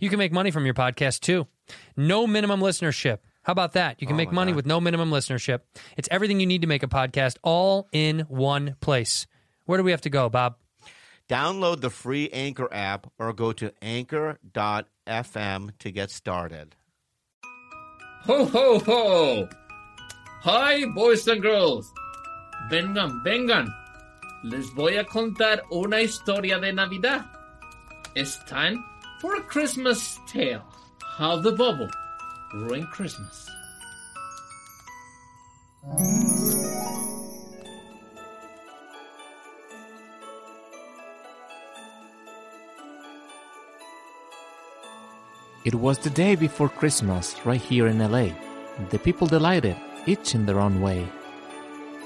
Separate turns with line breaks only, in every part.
You can make money from your podcast too. No minimum listenership. How about that?
Oh
You can make money with no minimum listenership. It's everything you need to make a podcast all in one place. Where do we have to go, Bob?
Download the free Anchor app or go to anchor.fm to get started.
Ho ho ho! Hi, boys and girls. Vengan, vengan. Les voy a contar una historia de Navidad. It's time for a Christmas tale. How the bubble ruined Christmas.
It was the day before Christmas, right here in LA. The people delighted, each in their own way.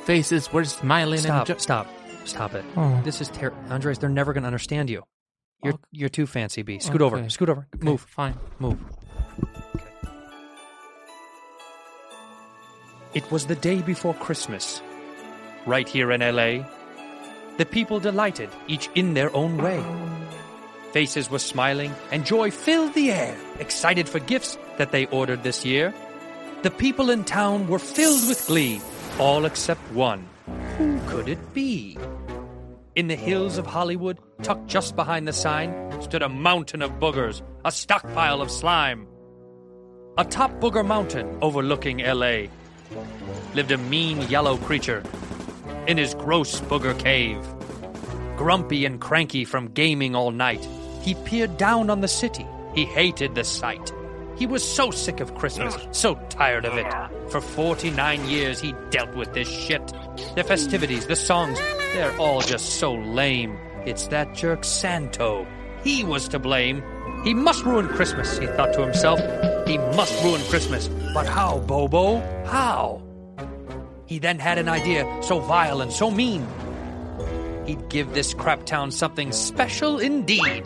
Faces were smiling
Stop!
and jo-
stop! Stop it!
Oh.
This is terrible, Andres. They're never going to understand you. You're
Okay.
you're too fancy, B. Scoot over.
Oh, Okay.
Scoot over.
Okay,
Move.
fine.
Move. It was the day before Christmas, right here in LA. The people delighted, each in their own way. Faces were smiling, and joy filled the air, excited for gifts that they ordered this year. The people in town were filled with glee, all except one. Who could it be? In the hills of Hollywood, tucked just behind the sign, stood a mountain of boogers, a stockpile of slime. Atop Booger Mountain, overlooking LA, lived a mean yellow creature in his gross booger cave. Grumpy and cranky from gaming all night, he peered down on the city. He hated the sight. He was so sick of Christmas, so tired of it. For 49 years, he dealt with this shit. The festivities, the songs, they're all just so lame. It's that jerk Santo. He was to blame. He must ruin Christmas, he thought to himself. He must ruin Christmas. But how, Bobo? How? He then had an idea so vile and so mean. He'd give this crap town something special indeed.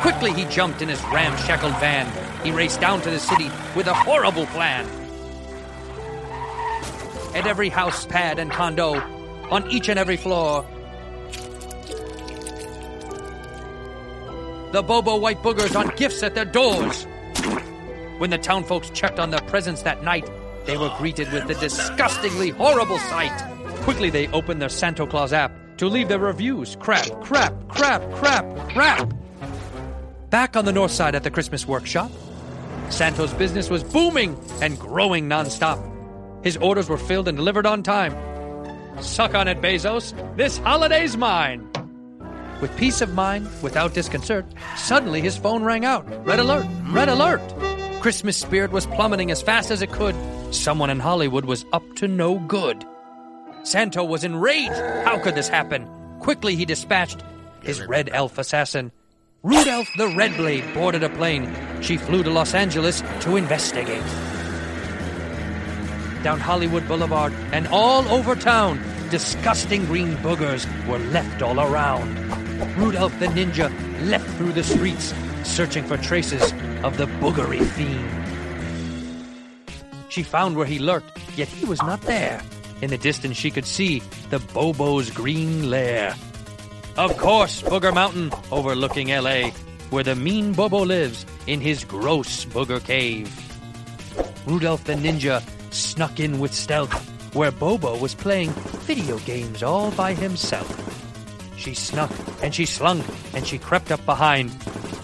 Quickly, he jumped in his ramshackle van. He raced down to the city with a horrible plan. At every house, pad, and condo, on each and every floor, the Bobo White Boogers on gifts at their doors. When the town folks checked on their presents that night, they were greeted with the disgustingly horrible sight. Quickly, they opened their Santa Claus app to leave their reviews. Crap, crap, crap, crap, crap. Back on the north side at the Christmas workshop, Santo's business was booming and growing nonstop. His orders were filled and delivered on time. Suck on it, Bezos. This holiday's mine. With peace of mind, without disconcert, suddenly his phone rang out. Red alert! Red alert! Christmas spirit was plummeting as fast as it could. Someone in Hollywood was up to no good. Santo was enraged. How could this happen? Quickly he dispatched his red elf assassin. Rudolph the Redblade boarded a plane. She flew to Los Angeles to investigate down Hollywood Boulevard, and all over town, disgusting green boogers were left all around. Rudolph the Ninja leapt through the streets, searching for traces of the boogery fiend. She found where he lurked, yet he was not there. In the distance, she could see the Bobo's green lair. Of course, Booger Mountain, overlooking LA, where the mean Bobo lives in his gross booger cave. Rudolph the Ninja snuck in with stealth, where Bobo was playing video games all by himself. She snuck and she slunk and she crept up behind,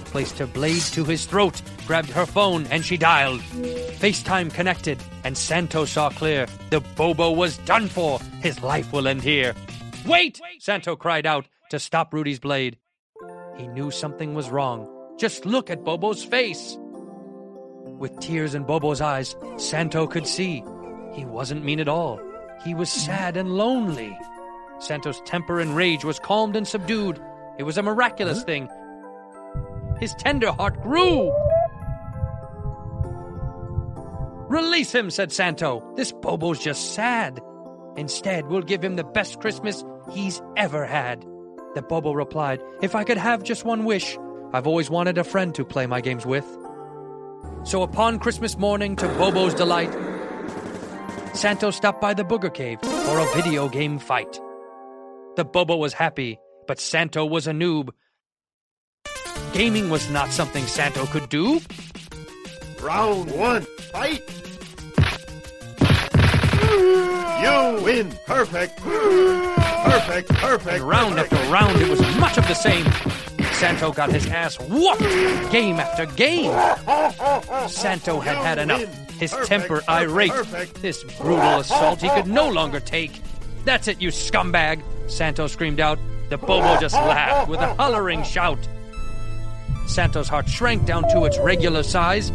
placed her blade to his throat, grabbed her phone, and she dialed. FaceTime connected, and Santo saw clear. The Bobo was done for. His life will end here. Wait! Santo cried out to stop Rudy's blade. He knew something was wrong. Just look at Bobo's face. With tears in Bobo's eyes, Santo could see. He wasn't mean at all. He was sad and lonely. Santo's temper and rage was calmed and subdued. It was a miraculous thing. His tender heart grew. Release him, said Santo. This Bobo's just sad. Instead, we'll give him the best Christmas he's ever had. The Bobo replied, If I could have just one wish, I've always wanted a friend to play my games with. So upon Christmas morning, to Bobo's delight, Santo stopped by the Booger Cave for a video game fight. The Bobo was happy, but Santo was a noob. Gaming was not something Santo could do.
Round one, fight! You win! Perfect! Perfect, perfect!
And round after
perfect.
round, it was much of the same. Santo got his ass whooped game after game. Santo had had enough. His temper irate. This brutal assault he could no longer take. That's it, you scumbag! Santo screamed out. The Bobo just laughed with a hollering shout. Santo's heart shrank down to its regular size.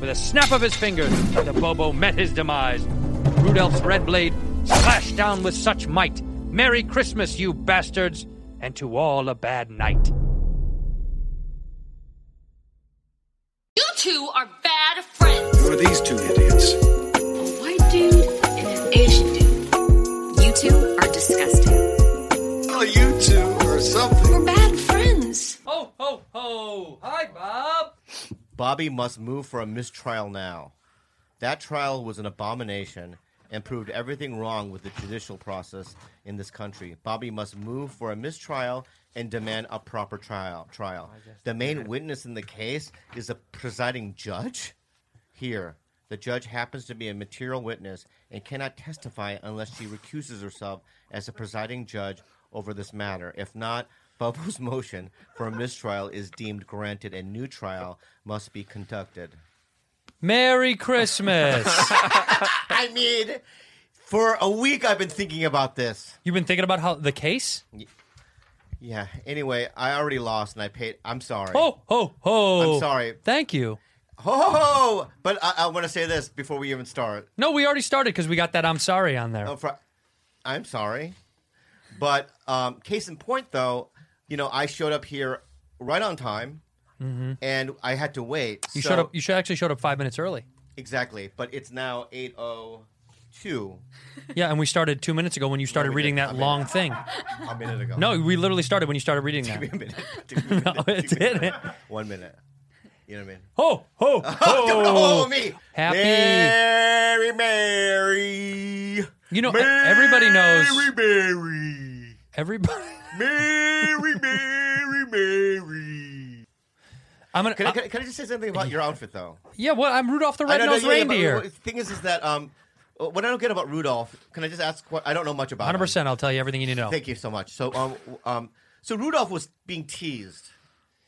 With a snap of his fingers, the Bobo met his demise. Rudolph's red blade slashed down with such might. Merry Christmas, you bastards, and to all a bad night.
You two are bad friends.
Who are these two idiots?
A white dude and an Asian dude. You two are disgusting.
Well, you two or something.
We're bad friends.
Ho, ho, ho! Oh, Hi, Bob!
Bobby must move for a mistrial now. That trial was an abomination and proved everything wrong with the judicial process in this country. Bobby must move for a mistrial and demand a proper trial. Trial. The main witness in the case is the presiding judge. Here, the judge happens to be a material witness and cannot testify unless she recuses herself as the presiding judge over this matter. If not, Bobo's motion for a mistrial is deemed granted and new trial must be conducted.
Merry Christmas!
I mean, for a week I've been thinking about this.
You've been thinking about how the case?
Yeah. Anyway, I already lost and I paid. I'm sorry.
Ho, ho, ho!
I'm sorry.
Thank you.
Ho, ho, ho! But I, I want to say this before we even start.
No, we already started because we got that I'm sorry on there.
Oh, fr- I'm sorry. But um, case in point, though, you know, I showed up here right on time, and I had to wait.
Mm-hmm. you
so-
showed up. You should actually showed up five minutes early.
exactly. But it's now eight oh two.
Yeah, and we started two minutes ago when you started
we
reading
didn't.
that
I mean-
long thing.
A minute ago.
No, we literally started when you started reading that.
a minute. Give me a minute.
No, it
Give me a minute.
didn't.
One minute. You know what I mean?
Ho, ho,
Oh,
ho!
me.
Happy-
Mary, Mary.
You know, e-,
Mary,
everybody knows.
Mary,
Everybody.
Mary, Mary, Mary.
I'm gonna.
Can I, can, I, can I just say something about your outfit, though?
yeah, what? I'm Rudolph the
I know, no,
Red-Nosed
yeah, yeah, but
Reindeer.
what- The thing is, is that um, what I don't get about Rudolph. Can I just ask? What I don't know much about. him.
Hundred percent. I'll tell you everything you need to know.
Thank you so much. So um, um, so Rudolph was being teased,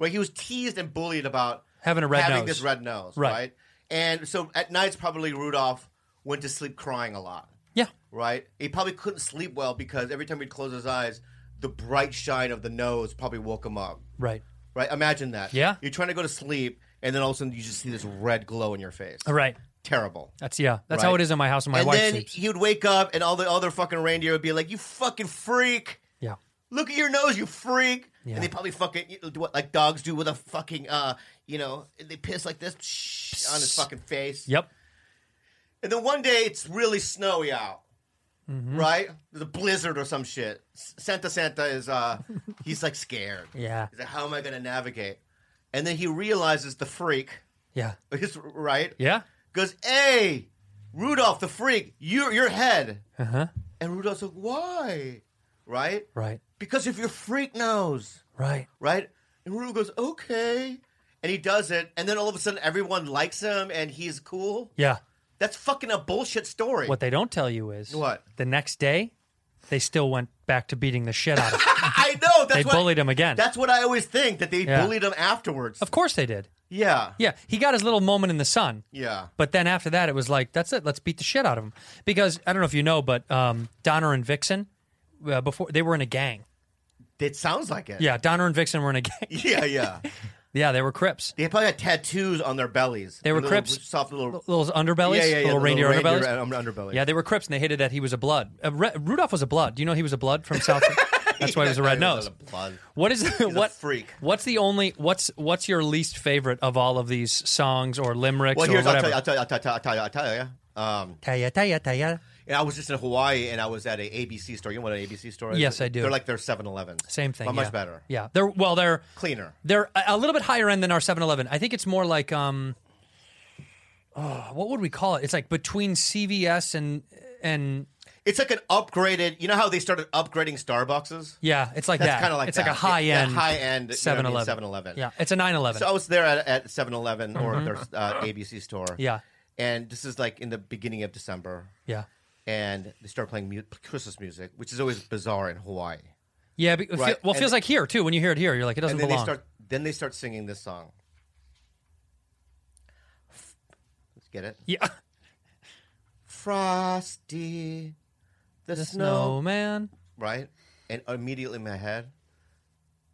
right? He was teased and bullied about
Having a red
having
nose.
this red nose,
Right.
right. And so at nights, probably Rudolph went to sleep crying a lot,
yeah,
right? He probably couldn't sleep well because every time he'd close his eyes, the bright shine of the nose probably woke him up,
right,
right? Imagine that.
Yeah.
you're trying to go to sleep, and then all of a sudden you just see this red glow in your face.
right.
Terrible.
That's yeah. That's
Right.
how it is in my house, and my
and
wife
then
sleeps.
he would wake up, and all the other fucking reindeer would be like, "You fucking freak!
Yeah,
Look at your nose, you freak!"
Yeah.
And they probably fucking you know, do what like dogs do with a fucking uh, you know, they piss like this shh, on his fucking face.
yep.
And then one day it's really snowy out,
Mm-hmm.
right? There's a blizzard or some shit. S- Santa Santa is uh, he's like scared.
Yeah.
He's like, "How am I gonna navigate?" And then he realizes the freak
Yeah,
is right.
yeah.
goes, "Hey, Rudolph the freak, your your head."
Uh huh.
And Rudolph's like, "Why?" Right?
Right,
Because if your freak nose,
right.
right? And Rudolph goes, "Okay," and he does it, and then all of a sudden everyone likes him and he's cool.
Yeah.
That's fucking a bullshit story.
What they don't tell you is
What?
the next day, They still went back to beating the shit out of him.
I know. That's
They
what,
bullied him again.
That's what I always think that they
Yeah.
bullied him afterwards.
of course they did.
Yeah.
Yeah, he got his little moment in the sun.
Yeah.
But then after that, it was like, that's it. Let's beat the shit out of him. Because I don't know if you know, but um, Donner and Vixen, uh, before they were in a gang.
It sounds like it.
Yeah, Donner and Vixen were in a gang.
Yeah, yeah.
Yeah, they were Crips.
They probably had tattoos on their bellies.
They were
Little-
Crips.
Soft little.
Little underbellies,
yeah, yeah, yeah.
little
the
reindeer underbellies.
um, underbellies.
Yeah, they were Crips, and they hated that he was a blood. Uh, Re- Rudolph was a blood. Do you know he was a blood from South? That's why he was a red
Yeah, he was
nose.
a blood.
What is what
freak.
What's the only what's what's your least favorite of all of these songs or limericks
Well,
or
here's I'll
whatever?
tell you. I'll tell you. I'll tell you. I'll tell you. I'll tell you. yeah. Um,
Taya, taya, taya.
and I was just in Hawaii, and I was at a ABC store. You know what an ABC store is?
Yes, I do.
They're like their 7-Eleven.
Same thing.
but
yeah.
much better.
Yeah, they're well, they're
Cleaner.
They're a- a little bit higher end than our 7-Eleven. I think it's more like um, oh, what would we call it? It's like between CVS and and
It's like an upgraded. You know how they started upgrading Starbuckses?
yeah, it's like
That's
that.
kind of like
it's
that.
like a high
Yeah,
end,
high end you know what I mean,
7-Eleven.
7-Eleven.
Yeah, it's a 9-11.
So I was there at, at 7-Eleven or their uh, ABC store.
Mm-hmm. Yeah.
And this is like in the beginning of December,
yeah.
and they start playing mu- Christmas music, which is always bizarre in Hawaii.
Yeah, but it feel-
Right,
well, it
and-
feels like here too. When you hear it here, you're like, it doesn't
And then
belong.
they start. Then they start singing this song. Let's get it.
yeah,
Frosty, the,
the
snow,
snowman.
right? And immediately in my head,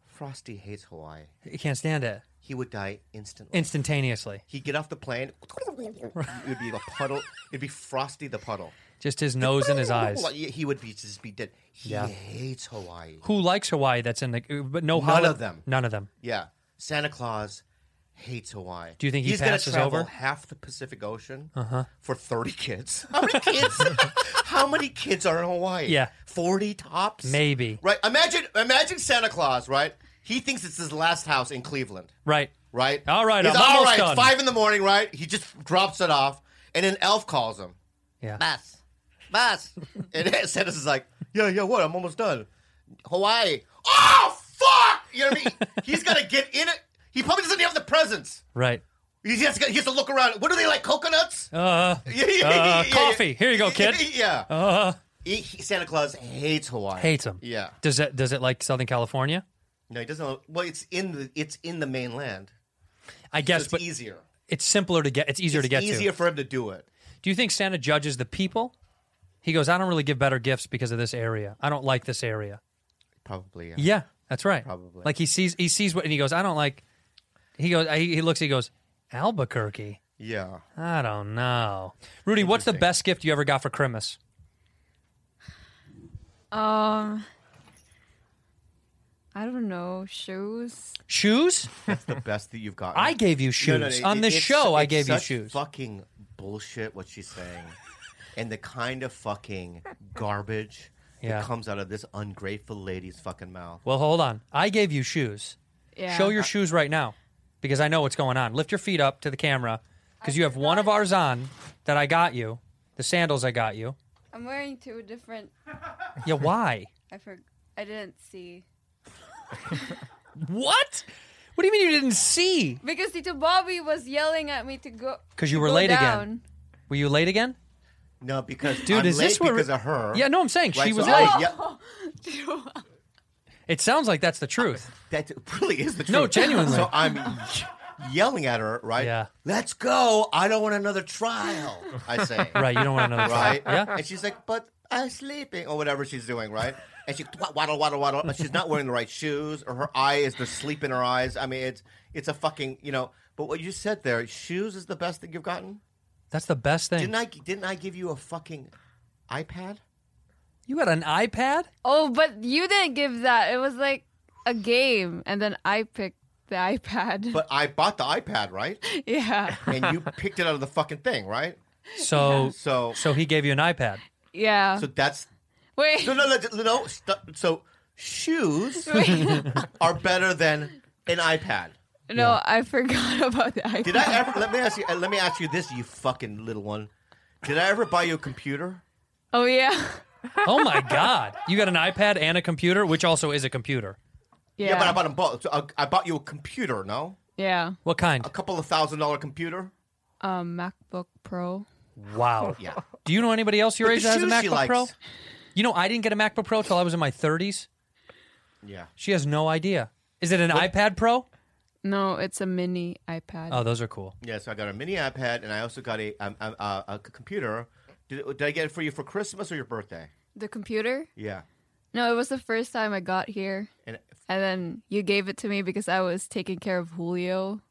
Frosty hates Hawaii.
You can't stand it
He would die instantly.
instantaneously.
He'd get off the plane. It would be a puddle. It'd be Frosty the puddle.
Just his nose and his eyes.
Like, He would be just be dead. He
Yeah.
hates Hawaii.
Who likes Hawaii? That's in the but no
None
holi-
of them.
None of them.
Yeah, Santa Claus hates Hawaii.
Do you think he
he's gonna
passes
travel
over? Uh-huh.
half the Pacific Ocean for thirty kids? How many kids? how many kids are in Hawaii?
Yeah.
forty tops,
Maybe.
Right? Imagine, imagine Santa Claus. Right? He thinks it's his last house in Cleveland.
Right.
Right?
All right,
He's
I'm
all
almost
right.
done.
Five in the morning. Right? He just drops it off, and an elf calls him.
Yeah.
Bus. Bus. and Santa's is like, yeah, yeah, what? I'm almost done. Hawaii. Oh, fuck! You know what I mean? He's got to get in it. He probably doesn't have the presents.
Right.
He has, to, he has to look around. What are they like, coconuts?
Uh,
Yeah, yeah,
uh,
yeah,
coffee. Here you go, kid. Uh-huh.
yeah. Uh, he, he- Santa Claus hates Hawaii.
Hates him.
Yeah.
Does it? Does it like Southern California?
No, he doesn't. Well, it's in the it's in the mainland.
I
So
guess,
it's
but
easier.
it's simpler to get. It's easier
It's
to get
easier
to.
for him to do it.
Do you think Santa judges the people? He goes, I don't really give better gifts because of this area. I don't like this area.
Probably.
Yeah, that's right.
Probably.
Like he sees he sees what and he goes, I don't like. He goes. He, he looks. He goes. Albuquerque.
Yeah.
I don't know. Rudy, what's the best gift you ever got for Christmas?
Um, I don't know shoes.
Shoes?
That's the best that you've got.
I gave you shoes. On this
it's-
show, I
it's
gave you
such
shoes.
Fucking bullshit, what she's saying, and the kind of fucking garbage
Yeah.
that comes out of this ungrateful lady's fucking mouth.
Well, hold on. I gave you shoes.
Yeah.
Show your shoes right now because I know what's going on. Lift your feet up to the camera because you have one of ours on that I got you, the sandals I got you.
I'm wearing two different.
Yeah, why?
I forgot. I didn't see
what? What do you mean you didn't see?
because Tito Bobby was yelling at me to go.
'Cause
to
you were
go
late again.
down.
Were you late again?
No, because
Dude,
I'm
is
late
this where-
because of her?
Yeah, no, I'm saying she
Right,
was
so
late.
I- yeah,
It sounds like that's the truth.
that really is the truth.
No, genuinely.
So I'm yelling at her, right?
Yeah.
Let's go. I don't want another trial. I say.
right, you don't want to know that.
right?
Yeah.
And she's like, but I'm sleeping, or whatever she's doing, right? And she wa- waddle, waddle, waddle. and She's not wearing the right shoes, or her eye is there's sleep in her eyes. I mean, it's it's a fucking you know. But what you said there, shoes is the best thing you've gotten.
That's the best thing.
Didn't I didn't I give you a fucking iPad?
you had an iPad?
Oh, but you didn't give that. It was like a game, and then I picked the iPad.
But I bought the iPad, right?
yeah,
And you picked it out of the fucking thing, right?
So
So
so he gave you an iPad.
yeah.
so that's
Wait,
no no no no. no stu- so shoes are better than an iPad.
no, I forgot about the iPad.
Did I ever? Let me ask you. uh, Let me ask you this, you fucking little one. Did I ever buy you a computer?
Oh yeah.
Oh my god. You got an iPad and a computer, which also is a computer.
Yeah.
Yeah, but I bought them both. So uh, I, I bought you a computer. No,
yeah.
What kind?
a couple of thousand dollar computer.
Um, MacBook Pro.
Wow.
Yeah.
Do you know anybody else your
But
age
the
that has a
shoes she
MacBook
likes.
Pro? You know, I didn't get a MacBook Pro till I was in my 30s.
Yeah.
She has no idea. Is it an iPad Pro?
No, it's a mini iPad.
Oh, those are cool.
Yeah, so I got a mini iPad, and I also got a um, um, uh, a c- computer. Did, did I get it for you for Christmas or your birthday?
The computer?
Yeah,
No, it was the first time I got here.
and
And then you gave it to me because I was taking care of Julio.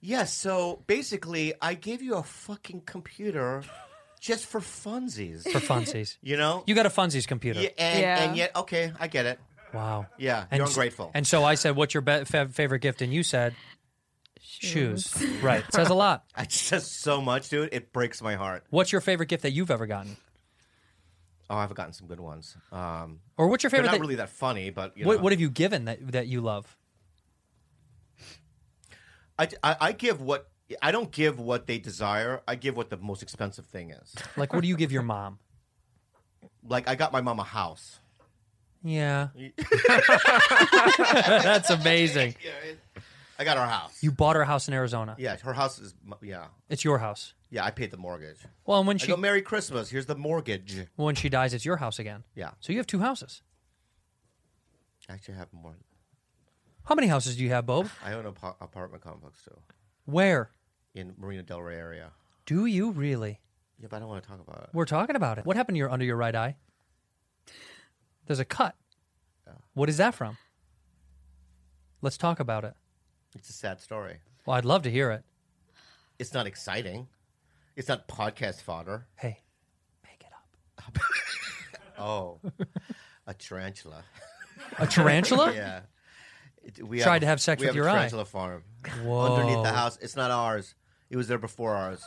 yes. so basically, I gave you a fucking computer just for funsies.
For funsies.
You know,
You got a funsies computer.
yeah, and,
Yeah.
and yet, okay, I get it.
Wow.
Yeah,
And
you're
s-
ungrateful.
And so I said, "What's your be- fav- favorite gift?" And you said, "Shoes." right. Says a lot.
I just says so much, dude. It breaks my heart.
What's your favorite gift that you've ever gotten?
Oh, I've gotten some good ones. Um,
Or what's your
they're
favorite?
not
that-
really that funny, but you
what,
know.
what have you given that that you love?
I, I, I give what I don't give what they desire. I give what the most expensive thing is.
Like, what do you give your mom?
Like I got my mom a house.
Yeah. That's amazing.
I got her house.
You bought her house in Arizona.
Yeah, her house is m- yeah
It's your house.
yeah. I paid the mortgage.
Well, and when
I
she
go Merry Christmas. Here's the mortgage.
when she dies, it's your house again.
Yeah,
So you have two houses.
I actually have more.
How many houses do you have, Bob?
I own an apa- apartment complex too
Where?
in Marina Del Rey area.
Do you really?
Yeah, but I don't want to talk about it.
We're talking about it. What happened to your under your right eye? There's a cut. What is that from? Let's talk about it.
It's a sad story.
Well, I'd love to hear it.
It's not exciting. It's not podcast fodder.
Hey, make it up.
Oh, a tarantula.
A tarantula?
Yeah. It- We
Tried
a-
to have sex
we
with
have
your
a
eye.
tarantula farm
Whoa.
underneath the house. It's not ours. It was there before ours,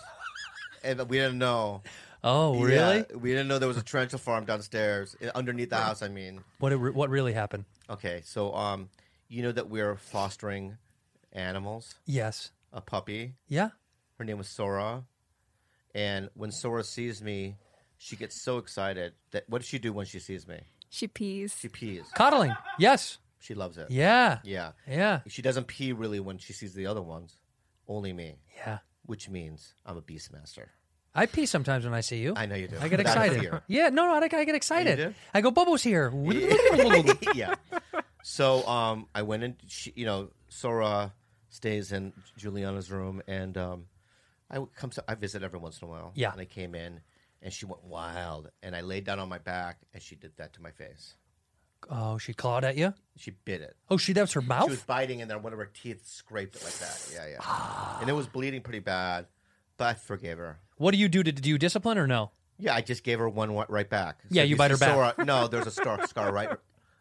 and we didn't know.
Oh, really?
Yeah, we didn't know there was a tarantula farm downstairs i- underneath the house. I mean,
What it re- what really happened?
okay, so um, you know that we're fostering animals.
Yes.
A puppy.
Yeah.
Her name was Sora, and when Sora sees me, she gets so excited that what does she do when she sees me?
She pees.
She pees.
Coddling. Yes.
She loves it.
Yeah.
Yeah.
Yeah.
She doesn't pee really when she sees the other ones. Only me,
Yeah.
which means I'm a beastmaster.
I pee sometimes when I see you.
I know you do.
I get
Without
excited.
fear.
Yeah, no, no, I, I get excited.
Oh, do?
I go, Bobo's here.
yeah. So um, I went in. She, you know, Sora stays in Juliana's room, and um, I would come. To, I visit every once in a while.
Yeah.
And I came in, and she went wild, and I laid down on my back, and she did that to my face.
Oh, she clawed at you.
She bit it.
Oh, she that's her
She was
mouth.
biting, and then one of her teeth scraped it like that. Yeah,
Ah.
yeah. and it was bleeding pretty bad, but I forgave her.
What do you do? To, do you discipline or no?
Yeah, I just gave her one wa- right back. So
Yeah,
if
you bite
see
her back.
Sora, no, there's a scar, scar right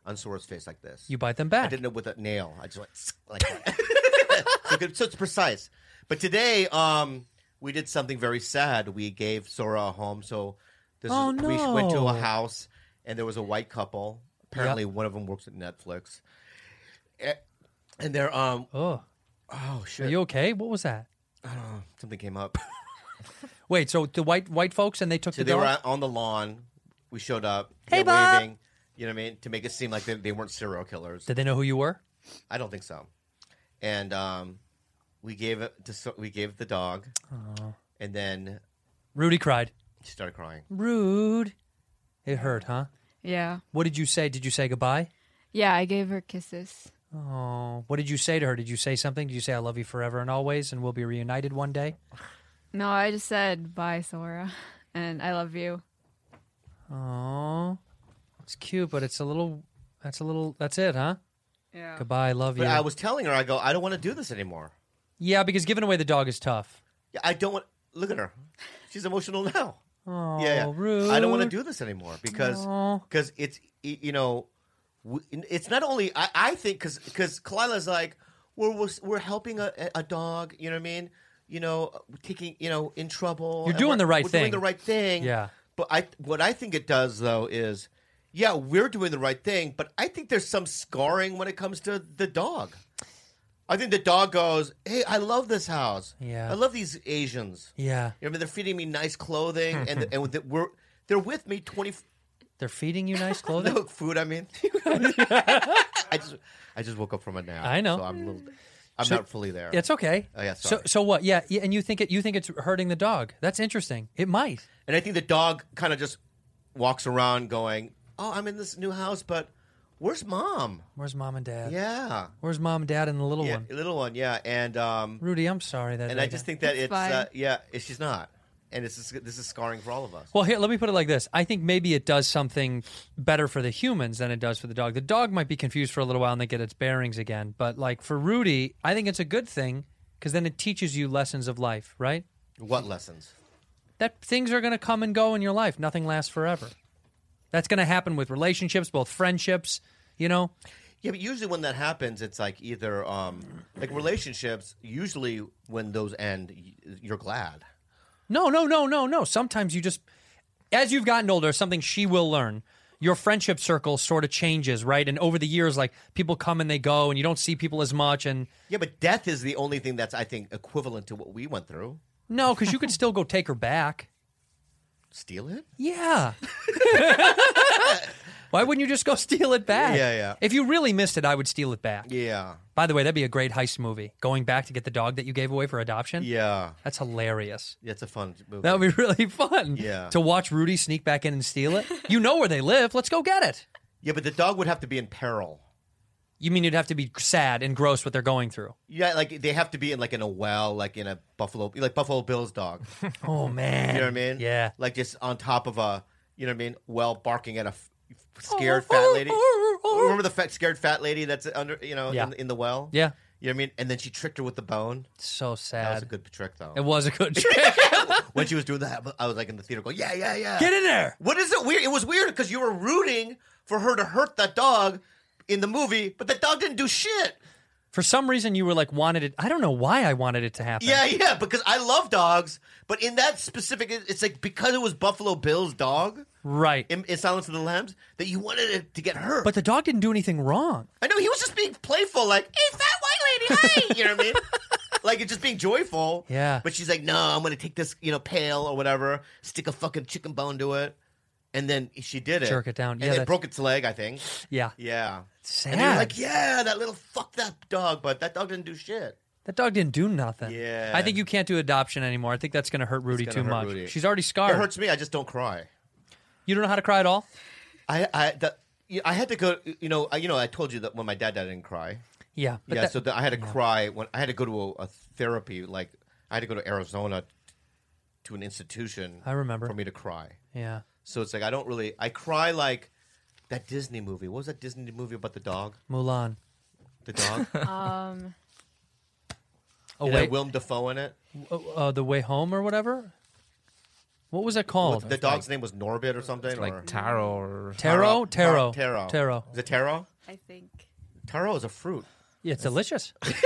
on Sora's face like this.
You bite them
I
back.
didn't know with a nail. I just went like that. so, good- so it's precise. But today, um, we did something very sad. We gave Sora a home. So this
Oh,
is, we went to
no.
a house, and there was a white couple. Apparently, one of them works at Netflix, Eh, and they're um.
Oh,
Oh
are
shit!
you okay? What was that?
Something came up.
Wait, so the white white folks and they took
So
the
they were
dog.
out on the lawn. We showed up. Hey,
Bob.
Waving, you know what I mean? To make it seem like they, they weren't serial killers.
Did they know who you were?
I don't think so. And um, we gave it to, so- we gave the dog, and then
Rudy cried.
she started crying.
Rude. It hurt, huh?
Yeah.
What did you say? Did you say goodbye?
Yeah, I gave her kisses.
Oh, what did you say to her? Did you say something? Did you say I love you forever and always, and we'll be reunited one day?
No, I just said bye, Sora. And I love you.
Oh, it's cute, but it's a little. That's a little. That's it, huh?
Yeah.
Goodbye, love
But
you.
I was telling her, I go, I don't want to do this anymore.
yeah, because giving away the dog is tough.
Yeah, I don't want. Look at her. She's emotional now.
Oh,
yeah, yeah.
rude.
I don't want to do this anymore because
Aw.
because it's y- you know w- it's not only I, I think because because Kalila's like we're we're, we're helping a, a dog you know what I mean you know taking you know in trouble
You're
and
doing
we're-
the right
we're
thing.
doing the right thing
Yeah.
but I what I think it does though is yeah we're doing the right thing but I think there's some scarring when it comes to the dog. I think the dog goes, "Hey, I love this house.
Yeah.
I love these Asians.
Yeah,
You know, I mean, they're feeding me nice clothing, and and with the, we're they're with me twenty
they're feeding you nice clothing.
no food. I mean, I just I just woke up from a nap.
I know.
so I'm a little, I'm not fully there.
It's okay.
Oh, yeah,
So
sorry.
so what? Yeah, yeah, and you think it you think it's hurting the dog. That's interesting. It might.
and I think the dog kind of just walks around going, "Oh, I'm in this new house, but where's mom?"
Where's mom and dad?
Yeah,
Where's mom, dad, and the little
yeah,
one?
little one, yeah, and um,
Rudy, I'm sorry that.
and I just think that
It's
it's, uh,
fine.
yeah, it, she's not, and this is this is scarring for all of us.
Well, here, let me put it like this. I think maybe it does something better for the humans than it does for the dog. The dog might be confused for a little while and they get its bearings again. But like for Rudy, I think it's a good thing because then it teaches you lessons of life, right?
What lessons?
that things are going to come and go in your life. Nothing lasts forever. That's going to happen with relationships, both friendships, you know?
Yeah, but usually when that happens, it's like either um, like relationships. Usually when those end, y- you're glad.
No, no, no, no, no. Sometimes you just, as you've gotten older, something she will learn. Your friendship circle sort of changes, right? And over the years, like people come and they go, and you don't see people as much. And
Yeah, but death is the only thing that's I think equivalent to what we went through.
no, because you could still go take her back.
Steal it?
Yeah. Why wouldn't you just go steal it back?
Yeah, yeah.
If you really missed it, I would steal it back.
Yeah,
By the way, that'd be a great heist movie. Going back to get the dog that you gave away for adoption.
yeah.
That's hilarious.
Yeah, It's a fun movie.
That would be really fun.
Yeah.
To watch Rudy sneak back in and steal it. You know where they live. Let's go get it.
yeah, but the dog would have to be in peril.
You mean you'd have to be sad and gross what they're going through?
Yeah, like they have to be in like in a well, like in a buffalo, like Buffalo Bill's dog. You
Oh man.
know what I mean?
Yeah.
Like just on top of a, you know what I mean? Well, barking at a f- scared
Oh,
fat lady. Remember the fat, scared fat lady that's under, you know,
Yeah.
in, in the well?
Yeah.
You know what I mean? And then she tricked her with the bone.
So
That was
sad.
a good trick though.
it was a good trick.
when she was doing that, I was like in the theater going, yeah, yeah, yeah.
get in there.
What is it weird? It was weird because you were rooting for her to hurt that dog in the movie, but the dog didn't do shit.
For some reason, you were like wanted it. I don't know why I wanted it to happen.
Yeah, yeah, because I love dogs, but in that specific, it- it's like because it was Buffalo Bill's dog
Right.
in, in Silence of the Lambs that you wanted it to get hurt.
but the dog didn't do anything wrong.
I know he was just being playful, like "Hey, fat white lady, hey," you know what I mean? Like it's just being joyful.
Yeah.
But she's like, "No, I'm gonna take this, you know, pail or whatever, stick a fucking chicken bone to it." And then she did it.
Jerk it down.
And
Yeah,
it
that's-
broke its leg, I think.
Yeah.
Yeah.
Sad.
And you're like, yeah, that little fuck that dog, but that dog didn't do shit.
that dog didn't do nothing.
Yeah.
I think you can't do adoption anymore. I think that's going to hurt Rudy
gonna
too
hurt
much.
Rudy.
She's already
It
scarred.
hurts me. I just don't cry.
You don't know how to cry at all.
I I the, you- I had to go. You know, I, you know, I told you that when my dad died, I didn't cry.
Yeah. but
yeah,
that-
so the, I had to cry when I had to go to a, a therapy. Like I had to go to Arizona t- to an institution.
I remember.
for me to cry.
yeah.
So it's like I don't really. I cry like that Disney movie. What was that Disney movie about the dog?
Mulan.
The dog.
Um,
Oh
It had
wait,
Willem Dafoe in it.
uh, the way home or whatever. What was it called?
the dog's name was Norbit or something. or
Like taro or
taro, taro,
Tar- taro,
taro.
Is it taro?
I think.
Taro is a fruit.
Yeah, it's delicious.
Yeah,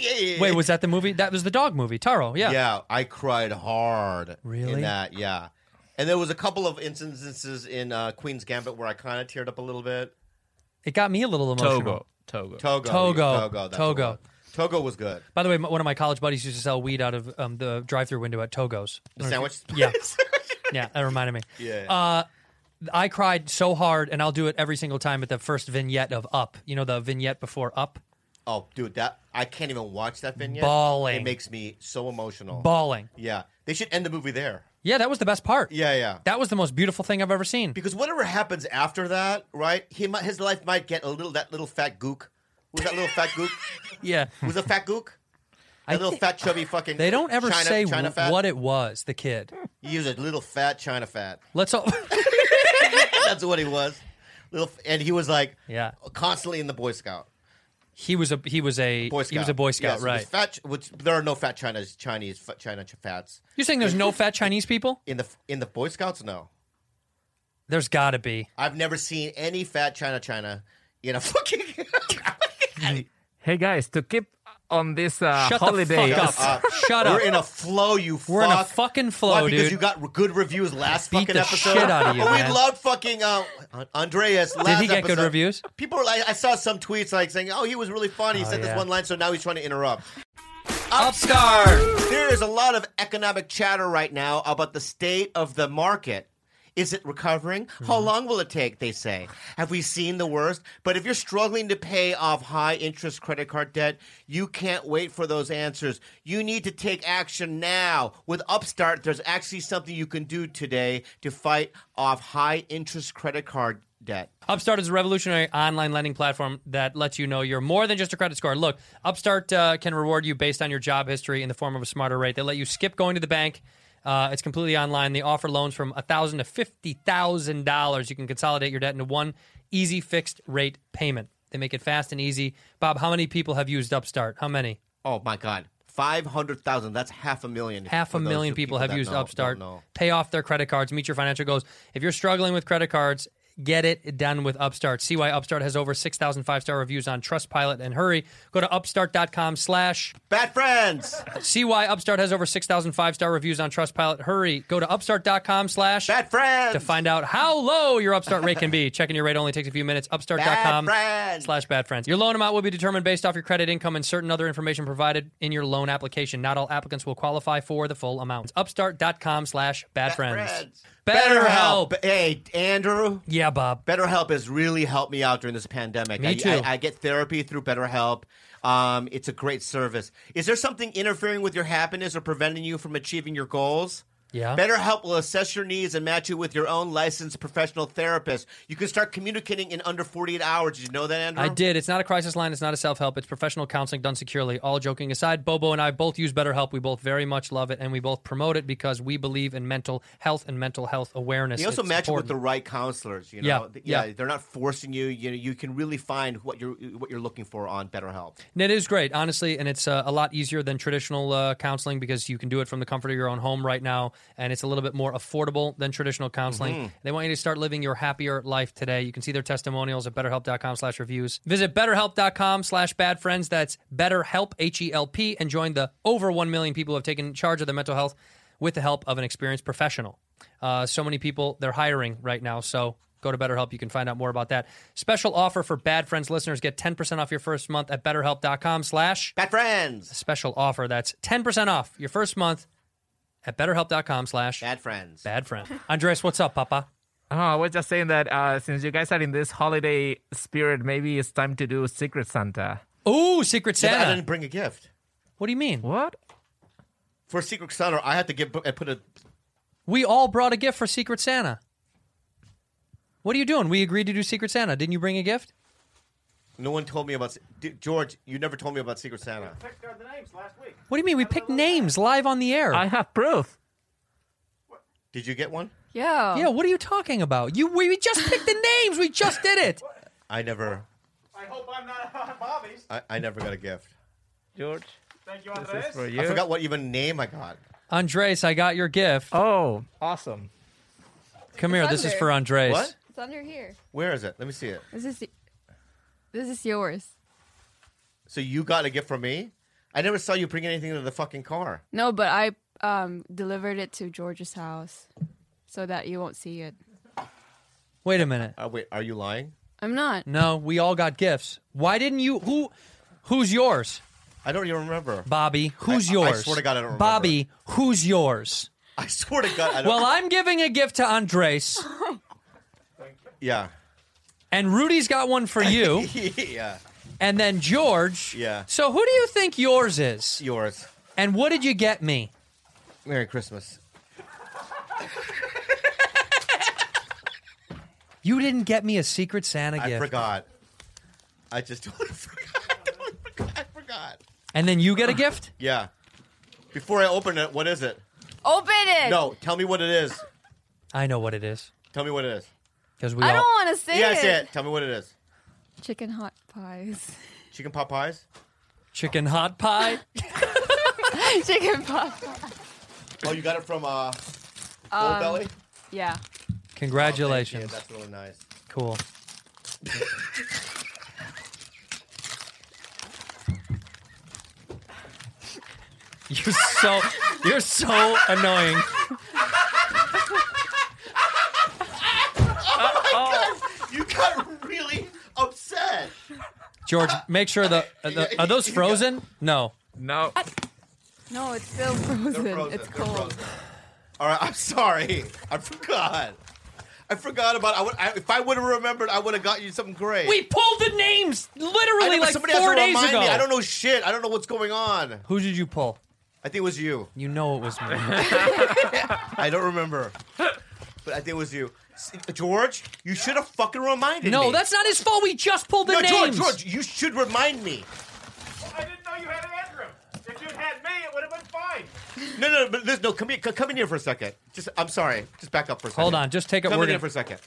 yeah, yeah.
Wait, was that the movie? That was the dog movie, Taro. Yeah.
Yeah, I cried hard.
Really?
In that, yeah. And there was a couple of instances in uh, Queen's Gambit where I kind of teared up a little bit.
It got me a little emotional.
Togo. Togo.
Togo.
Togo.
Togo. that's
Togo.
what it was. Togo was good.
By the way, m- one of my college buddies used to sell weed out of um, the drive-through window at Togo's.
The sandwich.
Yeah. yeah, that reminded me.
yeah.
Uh, I cried so hard, and I'll do it every single time at the first vignette of Up. You know, the vignette before Up.
oh, dude, that I can't even watch that vignette.
Bawling.
It makes me so emotional.
Bawling.
yeah. They should end the movie there.
Yeah, that was the best part.
Yeah, yeah.
That was the most beautiful thing I've ever seen.
because whatever happens after that, right? He might, his life might get a little that little fat gook. Was that little fat gook?
Yeah.
Was a fat gook?
I
A little
thi-
fat chubby fucking.
They don't ever
China,
say
China
wh-
fat?
what it was, the kid.
He was a little fat China fat.
Let's all.
That's what he was. Little, and he was like,
Yeah.
constantly in the Boy Scout.
he was a he was a
Boy Scout.
he was a Boy Scout,
Yes, he was
right?
Fat, which there are no fat Chinas, Chinese fat China ch- fats
You're saying there's no fat Chinese people?
in the in the Boy Scouts. No,
There's got to be.
I've never seen any fat China China in a fucking.
Hey guys, to keep on this uh,
Shut
holiday.
the fuck
Yes.
up.
Uh,
Shut up.
We're in a flow, you.
We're in a
fuck.
fucking flow,
Why? Because
dude.
you got r- good reviews last
Beat
fucking
the
episode.
shit out of you,
Oh,
man.
We loved fucking uh, An- Andreas. Last
Did he get good
episode.
reviews?
People were like, I saw some tweets like saying, "Oh, he was really funny. He said
yeah.
this one line, so now he's trying to interrupt."
Upstart.
There is a lot of economic chatter right now about the state of the market Is it recovering? How
Mm-hmm.
long will it take? They say. Have we seen the worst? But if you're struggling to pay off high interest credit card debt, you can't wait for those answers. You need to take action now. With Upstart, there's actually something you can do today to fight off high interest credit card debt.
Upstart is a revolutionary online lending platform that lets you know you're more than just a credit score. Look, Upstart uh, can reward you based on your job history in the form of a smarter rate. They let you skip going to the bank. Uh, it's completely online. They offer loans from thousand to fifty thousand dollars. You can consolidate your debt into one easy fixed rate payment. They make it fast and easy. Bob, how many people have used Upstart? How many?
Oh my God, five hundred thousand. That's half a million.
Half
for
a
those
million
who-
people have
that
used
know-
Upstart.
don't know.
Pay off their credit cards, meet your financial goals. If you're struggling with credit cards, get it done with Upstart. See why Upstart has over 6,000 five-star reviews on Trustpilot and Hurry. Go to upstart.com slash...
Bad friends!
See why Upstart has over 6,000 five-star reviews on Trustpilot. Hurry. Go to upstart.com slash...
Bad friends!
To find out how low your Upstart rate can be. Checking your rate only takes a few minutes. Upstart.com
friends!
slash bad friends. Your loan amount will be determined based off your credit income and certain other information provided in your loan application. Not all applicants will qualify for the full amount. Upstart.com slash bad friends. BetterHelp.
Hey, Andrew.
Yeah, Bob.
BetterHelp has really helped me out during this pandemic.
Me
I,
too.
I, I get therapy through BetterHelp. Um, it's a great service. Is there something interfering with your happiness or preventing you from achieving your goals?
Yeah.
BetterHelp will assess your needs and match you with your own licensed professional therapist. You can start communicating in under 48 hours. Did you know that, Andrew?
I did. It's not a crisis line. It's not a self help. It's professional counseling done securely. All joking aside, Bobo and I both use BetterHelp. We both very much love it, and we both promote it because we believe in mental health and mental health awareness.
You also
It's
match it with
important.
the right counselors. You
Yeah,
know, Th- yeah,
yeah.
they're not forcing you. You know, you can really find what you're what you're looking for on BetterHelp.
And it is great, honestly, and it's uh, a lot easier than traditional uh, counseling because you can do it from the comfort of your own home right now, and it's a little bit more affordable than traditional counseling.
Mhm.
They want you to start living your happier life today. You can see their testimonials at BetterHelp.com/reviews. Visit BetterHelp.com/badfriends. That's BetterHelp H-E-L-P, and join the over one million people who have taken charge of their mental health with the help of an experienced professional. Uh, so many people they're hiring right now, so Go to BetterHelp. You can find out more about that. Special offer for Bad Friends listeners. Get 10% off your first month at betterhelp.com slash
Bad Friends.
Special offer. That's 10% off your first month at betterhelp.com slash
Bad Friends.
Bad Friend. Andres, what's up, Papa?
Oh, I was just saying that uh, since you guys are in this holiday spirit, maybe it's time to do Secret Santa.
Oh, Secret
Yeah, but I didn't bring a gift.
What do you mean?
What?
For Secret Santa, I had to give. I put a.
We all brought a gift for Secret Santa. What are you doing? We agreed to do Secret Santa. Didn't you bring a gift?
No one told me about D- George. You never told me about Secret Santa.
What do you mean? We picked names live on the air. I
have proof.
Did you get one?
Yeah.
Yeah, what are you talking about? You we, we just picked the names. We just did it.
I never.
I hope I'm not Bobby's.
I, I never got a gift.
George.
Thank you, Andres.
I forgot what even name I got.
Andres, I got your gift.
Oh, awesome.
Come here. This is
under.
for Andres.
What?
It's under here.
Where is it? Let me see it.
This is this is yours.
So you got a gift from me? I never saw you bring anything to the fucking car.
No, but I um delivered it to George's house so that you won't see it.
Wait a minute.
Uh, wait, are you lying?
I'm
Mm.
not.
No, we all got gifts. Why didn't you? Who? Who's yours?
I don't even remember.
Bobby, who's
I- I
yours?
swear to God, I don't remember.
Bobby, who's yours?
I swear to God. I don't,
Well, I'm giving a gift to Andres,
yeah,
and Rudy's got one for you,
yeah,
and then George.
Yeah.
So who do you think yours is?
Yours.
And what did you get me?
Merry Christmas.
You didn't get me a Secret Santa
I
gift,
forgot. I just totally forgot. I totally forgot. I forgot.
and then you get a gift.
Yeah. Before I open it, what is it?
Open it.
No, tell me what it is.
I know what it is
Tell me what it is.
because we
I
all.
don't want to say
yeah,
it.
say it. Tell me what it is.
Chicken hot pies.
Chicken pot pies?
Chicken hot pie.
Chicken pot.
Oh, you got it from uh, Gold
Um,
Belly?
Yeah.
Congratulations.
Yeah, that's really nice.
Cool. you're so you're so annoying.
Oh my God. You got really upset.
George, make sure the, uh, the are those frozen? No.
No.
No, it's still frozen. It's cold.
All right, I'm sorry. I forgot. I forgot about. I would. I, if I would have remembered, I would have got you something great.
We pulled the names
I
literally
know, but
like
somebody
four
has to
days
remind
ago.
Me. I don't know shit. I don't know what's going on.
Who did you pull?
I think it was you.
You know it was me.
I don't remember, but I think it was you, S- George. You should have fucking reminded me.
No, that's not his fault. We just pulled the
no,
names.
George, George, you should remind me.
I didn't know you had an Edram. If you'd had me, it would have been fine.
No, no, no, but this, no. Come here, c- come in here for a second. Just, I'm sorry. Just back up for a second.
Hold on, just take a-
Come
we're
in here
gonna-
for a second.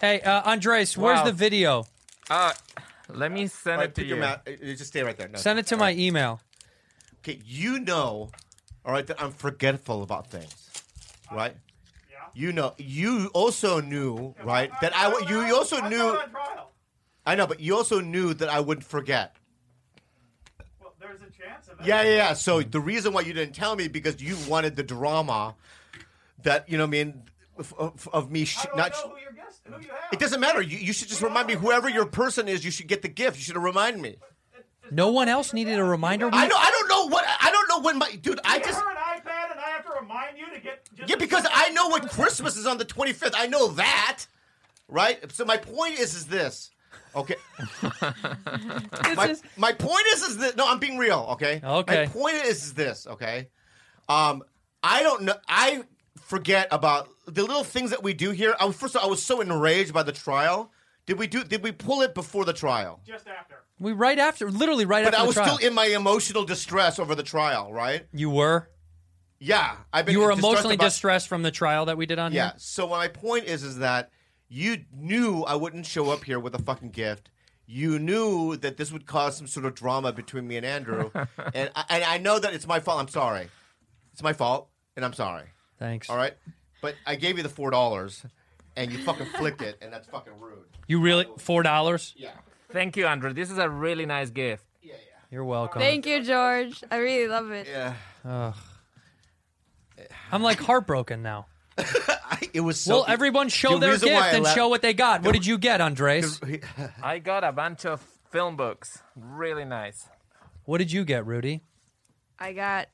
Hey, uh, Andres, where's
Wow.
the video?
Uh, let me send
All right,
it to
put
you.
your mouth. uh, You just stay right there. No,
Send it to my email.
Okay, you know, all right, that I'm forgetful about things, right? You know, you also knew, right, that I w- you you also knew. I know, but you also knew that I wouldn't forget.
Well, there's a chance of it.
Yeah, yeah, yeah. So the reason why you didn't tell me because you wanted the drama that you know, what I mean, of, of- of me sh- not. sh-
Who your guest? Who you have?
it doesn't matter. You, you should just remind me. Whoever your person is, you should get the gift. You should have reminded me.
No one else needed a reminder.
I don't. I don't know what. I don't know when my dude. I
Give
just.
her an iPad, and I have to remind you to get. Just
Yeah, because I know what Christmas is on the 25th. I know that, right? So my point is, is this. Okay. my, my point is, is that no, I'm being real. Okay.
Okay.
My point is, is this. Okay. Um, I don't know. I forget about the little things that we do here. I was, first of all, I was so enraged by the trial. Did we do? Did we pull it before the trial?
Just after.
We right after, literally right
But
after.
I
the
was
trial.
still in my emotional distress over the trial, right?
You were.
Yeah, I've been.
You were
distressed
emotionally
about-
distressed from the trial that we did on
Yeah.
here.
So my point is, is that you knew I wouldn't show up here with a fucking gift. You knew that this would cause some sort of drama between me and Andrew, and I, and I know that it's my fault. I'm sorry. It's my fault, and I'm sorry.
Thanks.
All right. But I gave you the four dollars, and you fucking flicked it, and that's fucking rude.
You really four dollars?
Yeah.
Thank you, Andrew. This is a really nice gift.
You're welcome.
Thank you, George. I really love it.
Yeah.
Ugh. I'm like heartbroken now.
It was so.
well, everyone show
The
their gift
reason why I
and
la-
show what they got. What did you get, Andres?
I got a bunch of film books. Really nice.
What did you get, Rudy?
I got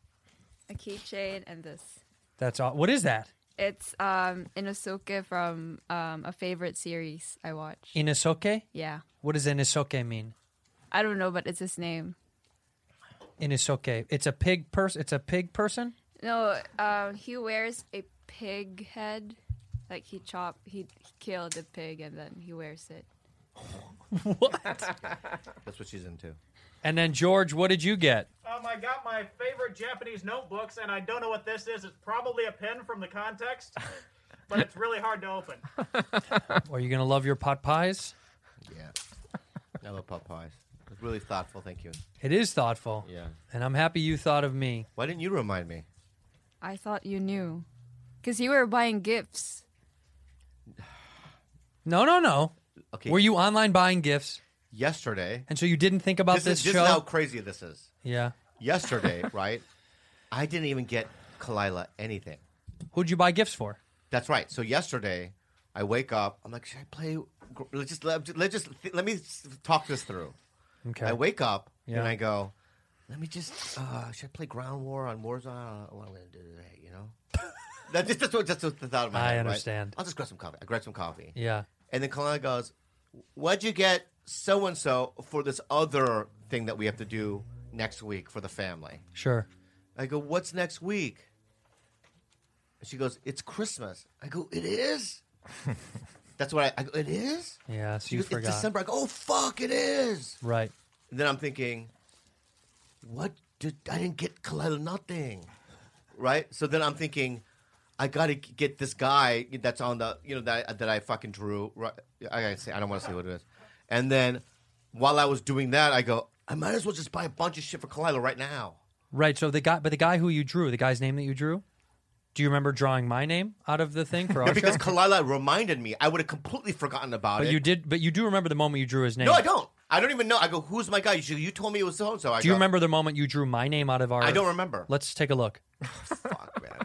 a keychain and this.
That's all. What is that?
It's um Inosuke from um a favorite series I watch.
Inisoke?
Yeah.
What does Inisoke mean?
I don't know, but it's his name.
Inisoke. It's a pig person. It's a pig person.
No, um, he wears a pig head. Like he chopped, he, he killed a pig and then he wears it.
That's what she's into.
And then George, what did you get?
Um, I got my favorite Japanese notebooks, and I don't know what this is. It's probably a pen from the context, but it's really hard to open.
Are you gonna love your pot pies?
Yeah. I love Popeyes. It's really thoughtful. Thank you.
It is thoughtful.
Yeah.
And I'm happy you thought of me.
Why didn't you remind me?
I thought you knew. Because you were buying gifts.
No, no, no.
Okay.
Were you online buying gifts?
Yesterday.
And so you didn't think about
This,
this,
is, this
show?
is how crazy this is.
yeah.
yesterday, right? I didn't even get Kalila anything.
Who'd you buy gifts for?
That's right. So yesterday, I wake up. I'm like, should I play? gr- Let's just let, let's just let me s- talk this through.
Okay.
I wake up
Yeah.
and I go, let me just uh, should I play Ground War on Warzone? I don't know what I'm gonna do today. You know, that's just that's what that's what the thought of my
I
head, right?
understand.
I'll just grab some coffee. I grab some coffee.
Yeah.
And then Kalila goes, What'd you get so and so for this other thing that we have to do next week for the family?
Sure.
I go, What's next week? And she goes, It's Christmas. I go, It is? That's what I, I go, It is?
Yeah. So
She
you
goes, It's
forgot.
December. I go, Oh, fuck, it is.
Right.
And then I'm thinking, What did I didn't get Kalila nothing? Right? So then I'm thinking, I gotta get this guy that's on the you know that that I fucking drew. Right? I gotta say I don't want to say what it is. And then while I was doing that, I go, I might as well just buy a bunch of shit for Kalila right now.
Right. So the guy, but the guy who you drew, the guy's name that you drew, do you remember drawing my name out of the thing for our
Yeah, because
show?
Kalila reminded me. I would have completely forgotten about
But
it.
you did. But you do remember the moment you drew his name.
No, I don't. I don't even know. I go, who's my guy? You, should- you told me it was so and so.
Do you remember the moment you drew my name out of our?
I don't remember.
Let's take a look.
Fuck, man.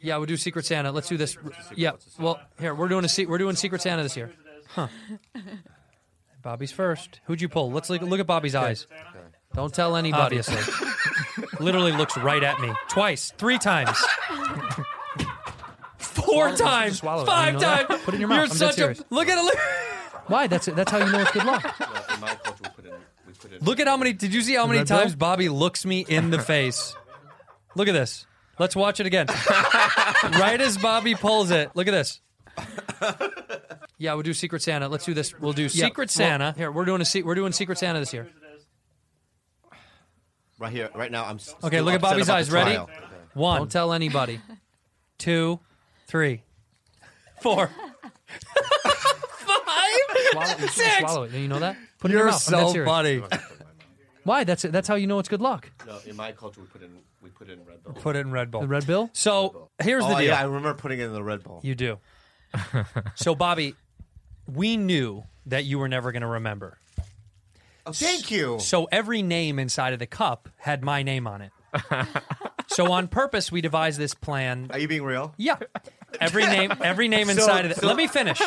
Yeah, we'll do Secret Santa. Let's do this. Yeah. Well, here we're doing a se- we're doing Secret Santa this year. Huh. Bobby's first. Who'd you pull? Let's look, look at Bobby's eyes. Don't tell anybody. Obviously. Literally looks right at me twice, three times. Four
Swallow-
times.
swallow it.
Five
You know that?
times.
Put it in your mouth.
You're
I'm dead
such a.
serious.
Look at it. Why? That's that's how you know it's good luck.
in my culture, we put it in. We put it in.
Look at how many. Did you see how many
Red Bull?
times Bobby looks me in the face? Look at this. Let's watch it again. right as Bobby pulls it, look at this. Yeah, we'll do Secret Santa. Let's do this. We'll do
Yeah,
Secret
well-
Santa. Here, we're doing a se- we're doing Secret Santa this year.
Right here, right now. I'm s-
Okay,
still
look at
upset
Bobby's
about
eyes.
the
Ready?
trial.
One. Don't tell anybody. Two, three, four. Swallow, you should
Six.
swallow it. You know that? Put it in your
You're
mouth. I'm dead
so
serious.
funny.
Why? That's that's how you know it's good luck.
No, in my culture, we put it in. We put it in Red Bull.
Put it in Red Bull.
The
Red Bull. So here's
oh,
the deal.
Yeah, I remember putting it in the Red Bull.
You do. so Bobby, we knew that you were never going to remember.
Oh, thank you.
So every name inside of the cup had my name on it. so on purpose, we devised this plan.
Are you being real?
Yeah. Every name, every name
So-
inside of it.
so-
Let me finish.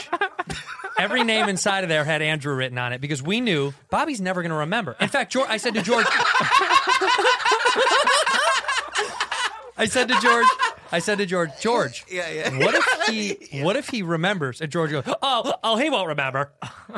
Every name inside of there had Andrew written on it because we knew Bobby's never going to remember. In fact, George, I said to George, I said to George, I said to George, George,
Yeah, yeah.
what if he, what if he remembers? And George goes, oh, oh, he won't remember.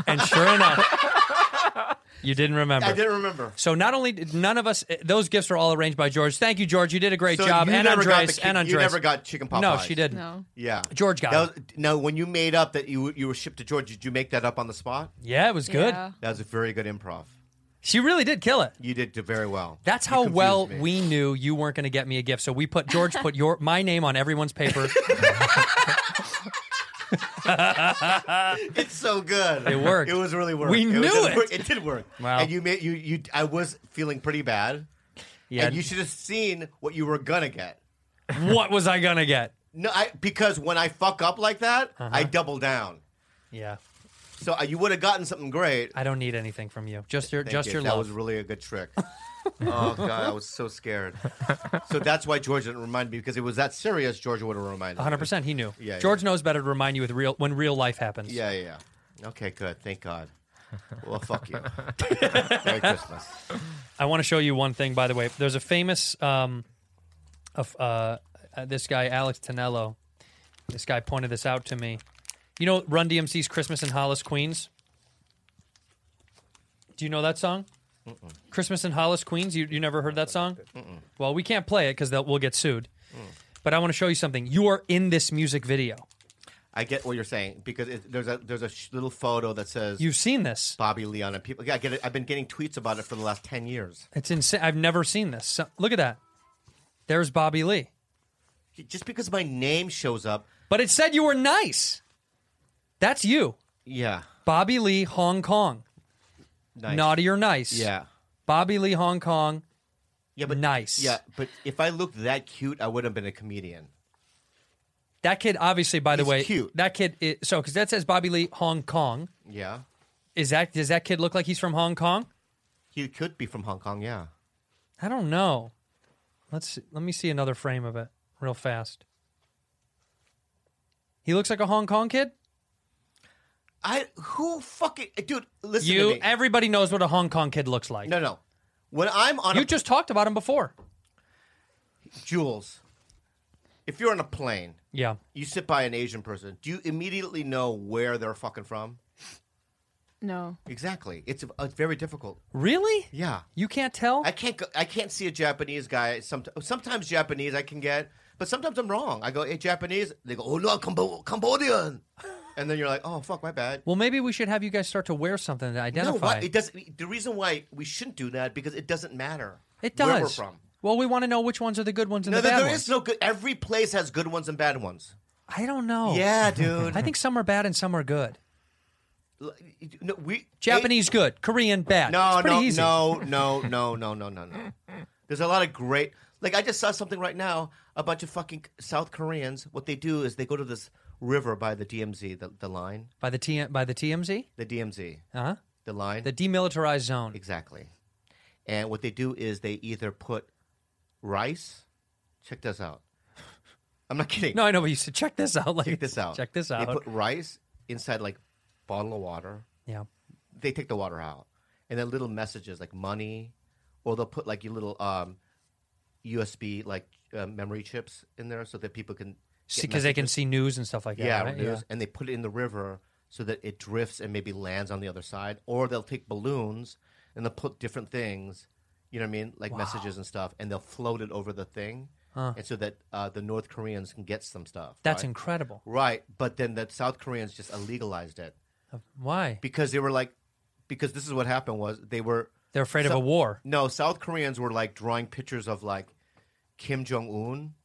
And sure enough, you didn't remember.
I didn't remember.
So not only did none of us, eh, those gifts were all arranged by George. Thank you, George. You did a great
So
job.
you
And
never got
Andres,
the ki-
and Andres.
You never got chicken pot
No,
pies.
she didn't.
Yeah,
George got
That was- no, when you made up that you you were shipped to George, did you make that up on the spot?
Yeah, it was good. Yeah.
That was a very good improv.
She really did kill it.
You did very well.
That's
You
how
confused
well
me.
we knew you weren't going to get me a gift. So we put George put your my name on everyone's paper.
it's so good.
It worked.
It was really work.
We
it
knew
was,
it.
worked. It did work.
Wow.
And you made you you. I was feeling pretty bad.
Yeah.
And you should have seen what you were gonna get.
what was I going to get?
No, I because when I fuck up like that,
Uh-huh.
I double down.
Yeah.
So uh, you would have gotten something great.
I don't need anything from you. Just your
Thank
just
you.
your
that
love.
was really a good trick. oh god, I was so scared. So that's why George didn't remind me because it was that serious. George would have reminded. me.
100% he knew.
Yeah,
George knows better to remind you with real when real life happens.
Yeah, yeah. yeah. Okay, good. Thank God. Well, fuck you. Merry Christmas.
I want to show you one thing, by the way. There's a famous, um, of uh, uh, this guy Alex Tonello. This guy pointed this out to me. You know Run DMC's "Christmas in Hollis, Queens." Do you know that song? "Christmas in Hollis, Queens." You you never heard that song? Well, we can't play it because we'll get sued. But I want to show you something. You are in this music video.
I get what you're saying because it, there's a there's a sh- little photo that says
You've seen this,
Bobby Leon and people. Yeah, I get it. I've been getting tweets about it for the last ten years.
It's insane. I've never seen this. So- look at that. There's Bobby Lee.
Just because my name shows up.
But it said you were nice. That's you.
Yeah.
Bobby Lee, Hong Kong.
Nice.
Naughty or nice.
Yeah.
Bobby Lee, Hong Kong.
Yeah, but
nice.
Yeah, but if I looked that cute, I would have been a comedian.
That kid, obviously, by the
He's
way,
cute.
that kid. Is, so, because that says Bobby Lee, Hong Kong.
Yeah.
Is that does that kid look like he's from Hong Kong?
He could be from Hong Kong. Yeah.
I don't know. Let's let me see another frame of it real fast. He looks like a Hong Kong kid.
I who fucking dude. Listen to
you.
me.
Everybody knows what a Hong Kong kid looks like.
No, no. When I'm on,
you
a,
just talked about him before.
Jules. If you're on a plane,
Yeah.
you sit by an Asian person. Do you immediately know where they're fucking from?
No.
Exactly. It's, it's very difficult.
Really?
Yeah.
You can't tell.
I can't. Go, I can't see a Japanese guy. Some, sometimes Japanese I can get, but sometimes I'm wrong. I go, "Hey, Japanese." They go, "Oh no, Cambo- Cambodian," and then you're like, "Oh fuck, my bad."
Well, maybe we should have you guys start to wear something to identify.
No, what? It doesn't. The reason why we shouldn't do that because it doesn't matter.
It
where we're
does.
from.
Well, we want to know which ones are the good ones and
No,
the
there,
bad
there
ones.
is no good. Every place has good ones and bad ones.
I don't know.
Yeah, dude.
I think some are bad and some are good.
L- No, we
Japanese good, Korean bad.
No,
it's pretty
no,
easy.
no, no, no, no, no, no, no. There's a lot of great. Like I just saw something right now. A bunch of fucking South Koreans. What they do is they go to this river by the DMZ, the, the line,
By the T- by the TMZ,
the DMZ,
uh-huh.
the line,
the demilitarized zone.
exactly. And what they do is they either put rice. Check this out. I'm not kidding.
No, I know, but you said check this out. Like
check this out.
Check this
They
out.
put rice inside like bottle of water.
yeah.
they take the water out, and then little messages like money, or they'll put like your little um, USB like uh, memory chips in there so that people can
because they can see news and stuff like that.
yeah,
right?
news, and they put it in the river so that it drifts and maybe lands on the other side. Or they'll take balloons and they'll put different things, you know what I mean, like
Wow.
messages and stuff, and they'll float it over the thing,
Huh.
and so that uh, the North Koreans can get some stuff.
That's
right?
incredible.
right? But then the South Koreans just illegalized it.
Why?
Because they were like, because this is what happened was they were
They're afraid of
So-
a war.
No, South Koreans were like drawing pictures of like Kim Jong Un,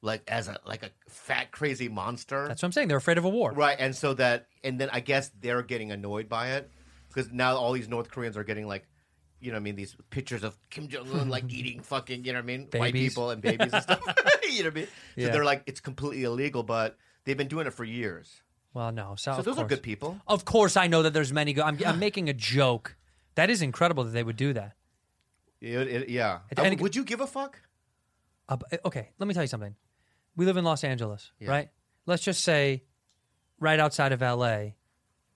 like as a like a fat crazy monster.
That's what I'm saying. They're afraid of a war.
Right, and so that, and then I guess they're getting annoyed by it because now all these North Koreans are getting like, you know, what I mean, these pictures of Kim Jong Un like eating fucking, you know, what I mean, white
Babies.
people and babies and stuff. you know what I mean? So
Yeah.
they're like, it's completely illegal, but they've been doing it for years.
Well, no. So,
So
of
those are
course.
good people.
Of course, I know that there's many. Go- I'm, I'm making a joke. That is incredible that they would do that.
It- it- yeah.
It-
Uh,
and-
would you give a fuck?
Uh, but- okay, let me tell you something. We live in Los Angeles,
Yeah.
right? Let's just say, right outside of L.A.,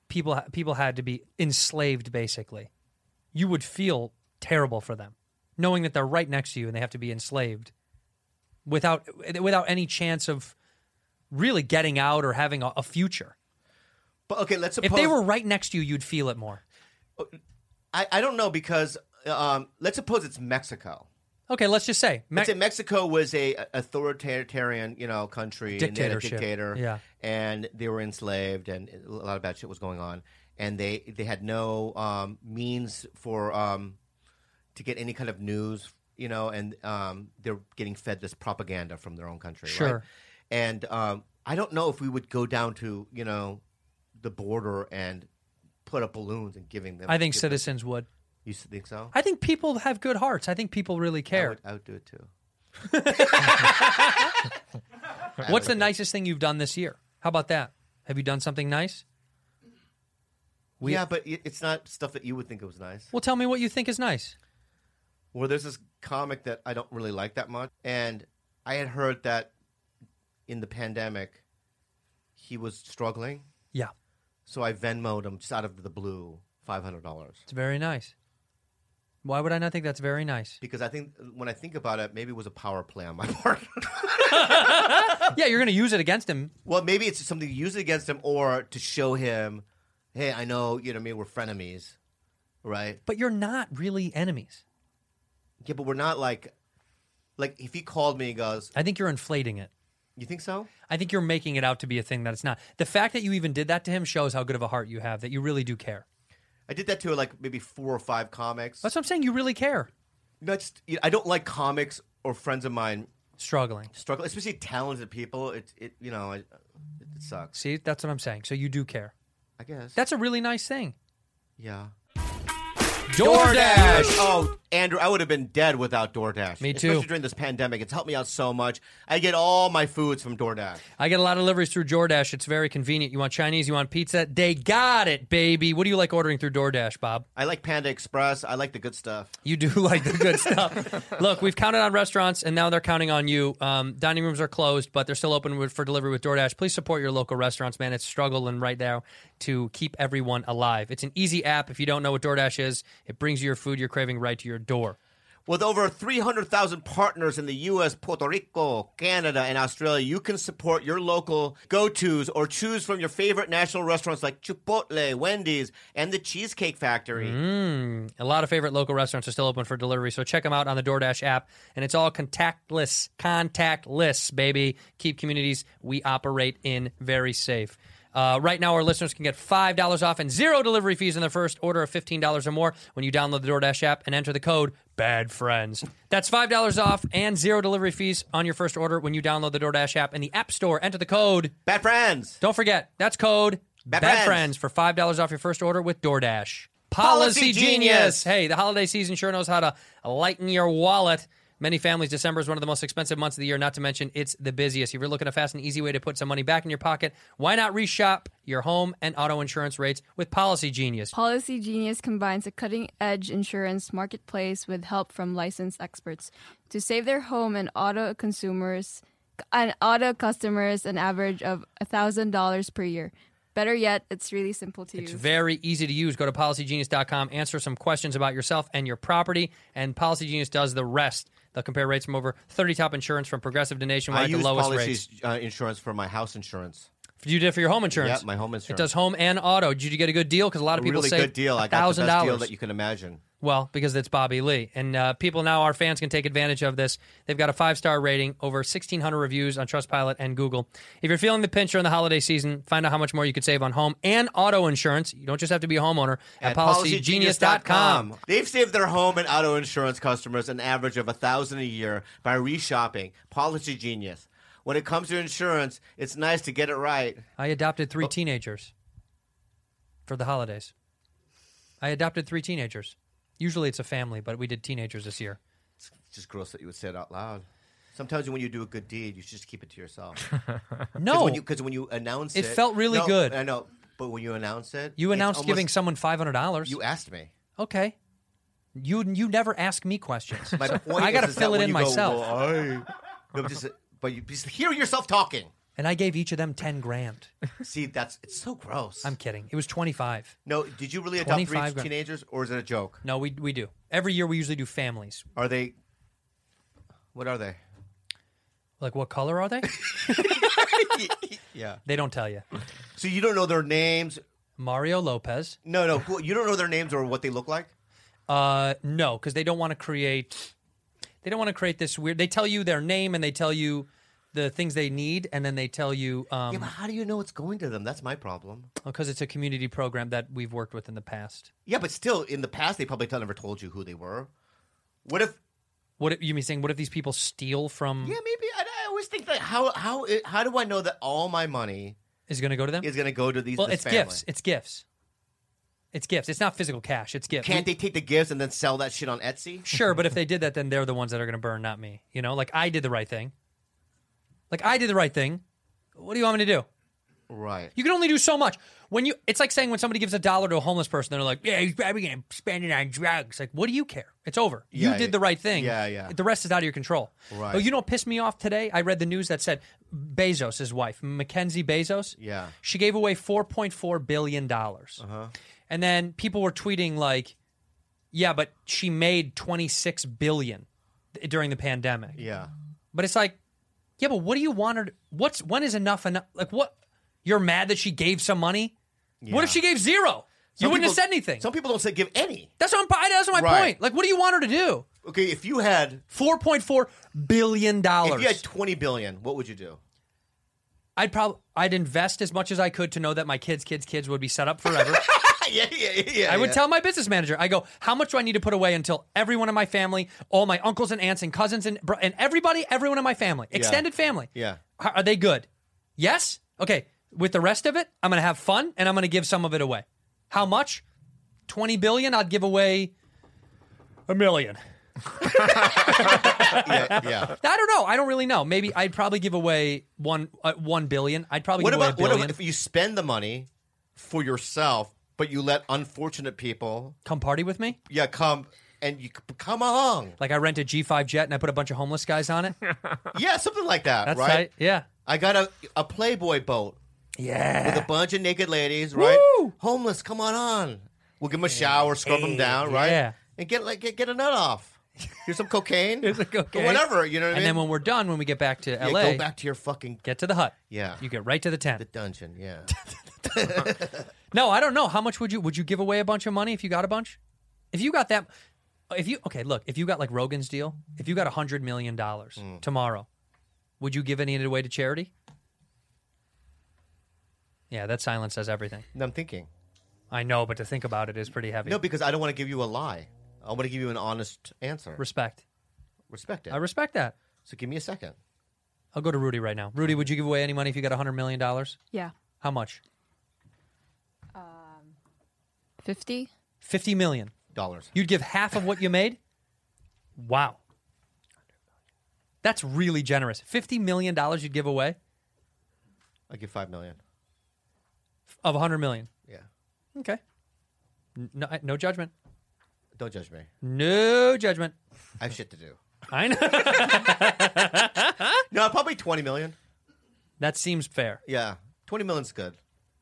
people ha- people had to be enslaved. Basically, you would feel terrible for them, knowing that they're right next to you and they have to be enslaved without without any chance of really getting out or having a, a future.
But okay, let's
if they
suppose-
were right next to you, you'd feel it more.
I, I don't know because um, let's suppose it's Mexico.
Okay, let's just say Me-
let's say Mexico was a authoritarian, you know, country, and they had a
Dictatorship.
dictator,
Yeah.
and they were enslaved, and a lot of bad shit was going on, and they they had no um, means for um, to get any kind of news, you know, and um, they're getting fed this propaganda from their own country, right?
Sure.
And um, I don't know if we would go down to you know the border and put up balloons and giving them.
I think
give them-
citizens would.
You s- think so?
I think people have good hearts. I think people really care.
I would do it too.
What's the nicest thing you've done this year? How about that? Have you done something nice? We-
yeah, but it- it's not stuff that you would think it was nice.
Well, tell me what you think is nice.
Well, there's this comic that I don't really like that much, and I had heard that in the pandemic he was struggling.
Yeah.
So I Venmoed him just out of the blue five hundred dollars
It's very nice. Why would I not think that's very nice?
because I think when I think about it, maybe it was a power play on my part. Oh.
yeah, you're going to use it against him.
Well, maybe it's something to use against him or to show him, hey, I know you know what I mean we're frenemies, right?
But you're not really enemies.
Yeah, but we're not like, like if he called me and goes,
I think you're inflating it.
You think so?
I think you're making it out to be a thing that it's not. The fact that you even did that to him shows how good of a heart you have, that you really do care.
I did that to like maybe four or five comics.
That's what I'm saying. You really care.
No, it's just, you know, I don't like comics or friends of mine
Struggling.
struggle, especially talented people. It, it you know, it, it sucks.
See, that's what I'm saying. So you do care.
I guess.
That's a really nice thing.
Yeah.
DoorDash!
Oh, Andrew, I would have been dead without DoorDash.
Me too.
Especially during this pandemic, it's helped me out so much. I get all my foods from DoorDash.
I get a lot of deliveries through DoorDash. It's very convenient. You want Chinese, you want pizza? They got it, baby. What do you like ordering through DoorDash, Bob?
I like Panda Express. I like the good stuff.
You do like the good stuff. Look, we've counted on restaurants, and now they're counting on you. Um, dining rooms are closed, but they're still open with, for delivery with DoorDash. Please support your local restaurants, man. It's struggling right now to keep everyone alive. It's an easy app. If you don't know what DoorDash is, it brings you your food you're craving right to your door.
With over 300,000 partners in the U.S., Puerto Rico, Canada, and Australia, you can support your local go tos or choose from your favorite national restaurants like Chipotle, Wendy's, and the Cheesecake Factory.
Mm, a lot of favorite local restaurants are still open for delivery, so check them out on the DoorDash app. And it's all contactless, contactless, baby. Keep communities we operate in very safe. Uh, right now, our listeners can get $5 off and zero delivery fees on their first order of $15 or more when you download the DoorDash app and enter the code Bad Friends. That's $5 off and zero delivery fees on your first order when you download the DoorDash app in the App Store. Enter the code
Bad Friends.
Don't forget, that's code Bad, Friends
Friends.
for $5 off your first order with DoorDash.
Policy
Policy
Genius.
Genius. Hey, the holiday season sure knows how to lighten your wallet. Many families, December is one of the most expensive months of the year, not to mention it's the busiest. If you're looking a fast and easy way to put some money back in your pocket, why not reshop your home and auto insurance rates with Policy Genius?
Policy Genius combines a cutting edge insurance marketplace with help from licensed experts to save their home and auto consumers and auto customers an average of $1,000 per year. Better yet, it's really simple to
It's
use.
very easy to use. Go to policygenius.com, answer some questions about yourself and your property, and Policy Genius does the rest. They'll compare rates from over 30 top insurance from Progressive to
I
Nationwide at the
use
lowest rates.
policies uh, insurance for my house insurance.
You did it for your home insurance.
Yeah, my home insurance.
It does home and auto. Did you get a good deal? Because a lot of
a
people
really
say
good deal. I got the
thousand
best deal
dollars.
that you can imagine.
Well, because it's Bobby Lee, and uh, people now, our fans can take advantage of this. They've got a five star rating, over sixteen hundred reviews on Trustpilot and Google. If you're feeling the pinch during the holiday season, find out how much more you could save on home and auto insurance. You don't just have to be a homeowner at, PolicyGenius.com.
They've saved their home and auto insurance customers an average of a thousand a year by reshopping Policy Genius. When it comes to insurance, it's nice to get it right.
I adopted
Oh.
three teenagers for the holidays. I adopted three teenagers. Usually it's a family, but we did teenagers this year.
It's just gross that you would say it out loud. Sometimes when you do a good deed, you should just keep it to yourself.
No.
because when, you announce it,
It felt really
No,
good.
I know, but when you announce it,
You
it's
announced
almost-
giving someone five hundred dollars.
You asked me.
Okay. You you never ask me questions.
My
So
point
I got to
is, is that
fill it
when
in
you go,
myself.
"Well, I-" No, but just, but you just hear yourself talking.
and I gave each of them ten grand.
See, that's it's so gross.
I'm kidding. It was twenty five.
No, did you really adopt three
25 grand.
teenagers, or is it a joke?
No, we we do every year. We usually do families.
Are they? What are they?
Like what color are they?
Yeah.
They don't tell you.
So you don't know their names.
Mario Lopez.
No, no, who- you don't know their names or what they look like.
Uh, no, because they don't want to create. They don't want to create this weird. They tell you their name and they tell you the things they need, and then they tell you. Um,
yeah, but how do you know it's going to them? That's my problem.
because it's a community program that we've worked with in the past.
Yeah, but still, in the past, they probably t- never told you who they were. What if?
What if, you mean saying? What if these people steal from?
Yeah, maybe. I, I always think that how how how do I know that all my money
is going to go to them?
Is going to go to these?
well,
this
it's
family?
gifts. It's gifts. It's gifts. It's not physical cash. It's gifts.
Can't they take the gifts and then sell that shit on Etsy?
Sure, but if they did that, then they're the ones that are going to burn, not me. You know, like I did the right thing. Like I did the right thing. What do you want me to do?
Right.
You can only do so much. When you, it's like saying when somebody gives a dollar to a homeless person, they're like, "Yeah, he's probably going to spend it on drugs." Like, what do you care? It's over.
Yeah,
you did the right thing.
yeah, yeah.
The rest is out of your control.
Right.
But you know, what pissed me off today. I read the news that said Bezos, his wife Mackenzie Bezos,
Yeah.
she gave away four point four billion dollars.
Uh-huh.
And then people were tweeting like, "Yeah, but she made 26 billion th- during the pandemic."
Yeah.
But it's like, "Yeah, but what do you want her to, what's when is enough enough? Like what you're mad that she gave some money? What if
Yeah.
she gave zero? you
Some
wouldn't have
people-
said anything.
Some people don't say give any.
That's what I'm, that's my
Right.
point. Like what do you want her to do?
Okay, if you had
4.4 billion dollars.
If you had twenty billion, what would you do?
I'd probably I'd invest as much as I could to know that my kids kids kids would be set up forever.
yeah, yeah, yeah.
I would
yeah.
tell my business manager, I go, how much do I need to put away until everyone in my family, all my uncles and aunts and cousins and bro- and everybody, everyone in my family,
Yeah.
extended family,
Yeah.
are are they good? Yes. Okay. With the rest of it, I'm gonna have fun and I'm gonna give some of it away. How much? Twenty billion. I'd give away a million.
yeah, yeah.
I don't know. I don't really know. Maybe I'd probably give away one uh, one billion. I'd probably
What
give
about
away a
what
billion.
about if you spend the money for yourself, but you let unfortunate people
come party with me?
Yeah, come and you c- come along.
like I rent a G5 jet and I put a bunch of homeless guys on it.
Yeah, something like that.
That's
right.
tight. Yeah.
I got a a Playboy boat.
Yeah.
With a bunch of naked ladies, right? Homeless, come on on. We'll give them a shower, scrub them down, right?
yeah.
And get like get, get a nut off. Here's some cocaine. Here's
some cocaine.
Whatever, you know what
and
I mean?
then when we're done, when we get back to
Yeah,
LA,
go back to your fucking
get to the hut.
Yeah.
You get right to the tent.
The dungeon, yeah.
No, I don't know. How much would you would you give away a bunch of money if you got a bunch? If you got that if you okay, look, if you got like Rogan's deal, if you got a hundred million dollars
Mm.
tomorrow, would you give any of it away to charity? Yeah, that silence says everything.
No, I'm thinking.
I know, but to think about it is pretty heavy.
No, because I don't want to give you a lie. I want to give you an honest answer.
Respect.
Respect it.
I respect that.
So give me a second.
I'll go to Rudy right now. Rudy, would you give away any money if you got a hundred million dollars?
Yeah.
How much?
Um, 50?
Fifty million.
Dollars.
You'd give half of what you made? Wow. That's really generous. $50 million you'd give away
I give five million.
of $100 million.
Yeah.
Okay. N- No, I- no judgment.
Don't judge me.
No judgment.
I have shit to do.
I know.
no, probably twenty million.
that seems fair.
Yeah. Twenty million's good.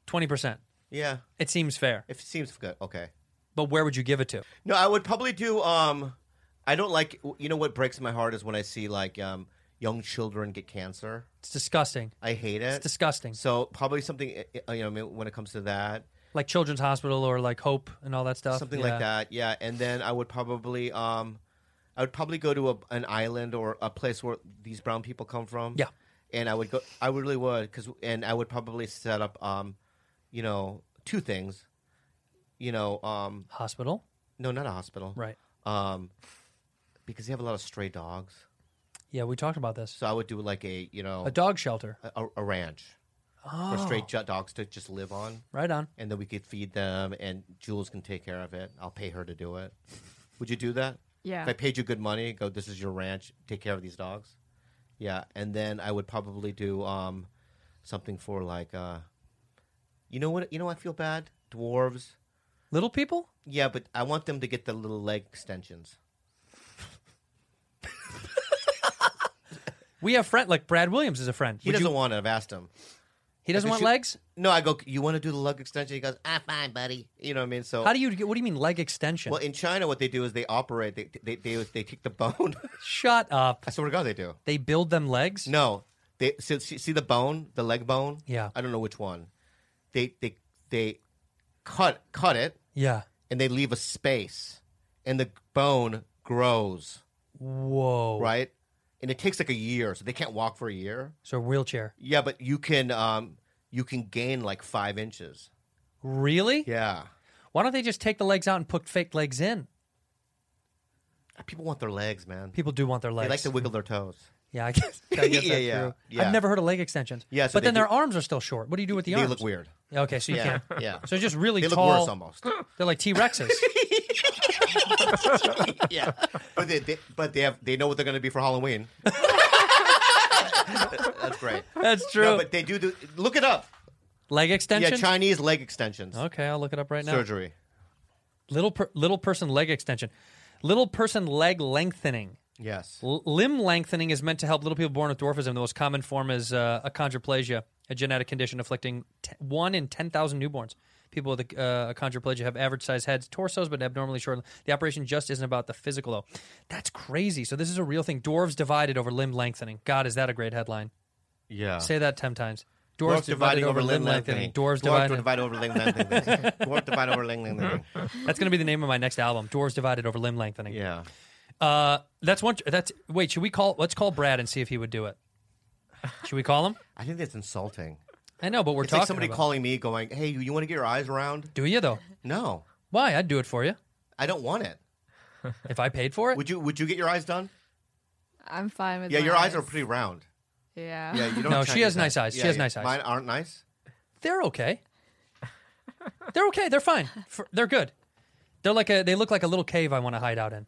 20%.
Yeah.
It seems fair.
It seems good. Okay.
But where would you give it to?
No, I would probably do um I don't like. You know what breaks my heart is when I see like um, young children get cancer.
It's disgusting.
I hate it.
It's disgusting.
So probably something uh, you know I mean, when it comes to that,
Like Children's Hospital or like Hope and all that stuff.
something
Yeah.
like that. Yeah, and then I would probably um, I would probably go to a, an island or a place where these brown people come from.
Yeah.
and I would go. I really would because and I would probably set up um, you know, two things. You know, um,
hospital.
No, not a hospital.
Right.
Um, because they have a lot of stray dogs.
Yeah, we talked about this.
So I would do like a you know
A dog shelter.
a, a- a ranch for
Oh.
straight ju- dogs to just live on.
Right on.
And then we could feed them, and Jules can take care of it. I'll pay her to do it. Would you do that?
Yeah.
If I paid you good money, go. This is your ranch. Take care of these dogs. Yeah, and then I would probably do um, something for like, uh, you know what? You know I feel bad. Dwarves,
little people.
Yeah, but I want them to get the little leg extensions.
We have friend like Brad Williams is a friend.
He
Would
doesn't
you-
want it. I've asked him.
He doesn't
I go,
want
"Shoot-"
legs?
No, I go. You want to do the leg extension? He goes, ah, fine, buddy. You know what I mean? So
How do you? What do you mean leg extension?
Well, in China, what they do is they operate. They they they, they take the bone.
Shut up!
I swear to God, they do.
They build them legs.
No, they so, see, see the bone, the leg bone.
Yeah.
I don't know which one. They they they cut cut it.
Yeah.
and they leave a space, and the bone grows.
Whoa!
Right, and it takes like a year, so they can't walk for a year.
So a wheelchair.
Yeah, but you can um you can gain like five inches.
Really?
Yeah.
Why don't they just take the legs out and put fake legs in?
People want their legs, man.
People do want their legs.
They like to wiggle their toes.
Yeah, I guess. I guess
Yeah,
that's
yeah,
true.
yeah.
I've never heard of leg extensions.
Yeah, so
but
they
then their
do-
arms are still short. What do you do with the
They
arms?
look weird.
Yeah, Okay, so you
Yeah,
can't.
yeah.
So just really
They look
tall.
worse almost.
They're like T Rexes.
yeah, but they, they but they have they know what they're going to be for Halloween. That's great.
That's
true. but they do do. Look it up.
leg extension.
Yeah, Chinese leg extensions.
Okay, I'll look it up right now.
Surgery.
Little per, little person leg extension. Little person leg lengthening.
Yes.
L- limb lengthening is meant to help little people born with dwarfism. The most common form is uh, achondroplasia, a genetic condition afflicting t- one in 10,000 newborns. People with uh, achondroplasia have average sized heads, torsos, but abnormally short. The operation just isn't about the physical, though. That's crazy. So, this is a real thing. Dwarves divided over limb lengthening. God, is that a great headline?
Yeah.
Say that 10 times.
Dwarves dividing over limb lengthening.
Dwarves
Dwarves
divided.
divide over limb lengthening. Dwarf divide over limb lengthening.
That's going to be the name of my next album. Dwarves divided over limb lengthening.
Yeah.
Uh, that's one. That's wait. Should we call? Let's call Brad and see if he would do it. Should we call him?
I think that's insulting.
I know, but we're
it's
talking
like somebody
about-
calling me, going, "Hey, you, you want to get your eyes round?"
Do you though?
No.
Why? I'd do it for you.
I don't want it.
If I paid for it,
would you? Would you get your eyes done?
I'm fine with
yeah,
my
your eyes. are pretty round.
Yeah.
Yeah, you don't.
No,
have
she
Chinese
has nice eyes. She
Yeah,
has
yeah.
nice eyes.
Mine aren't nice.
They're okay. They're okay. They're fine. For, they're good. They're like a. They look like a little cave I want to hide out in.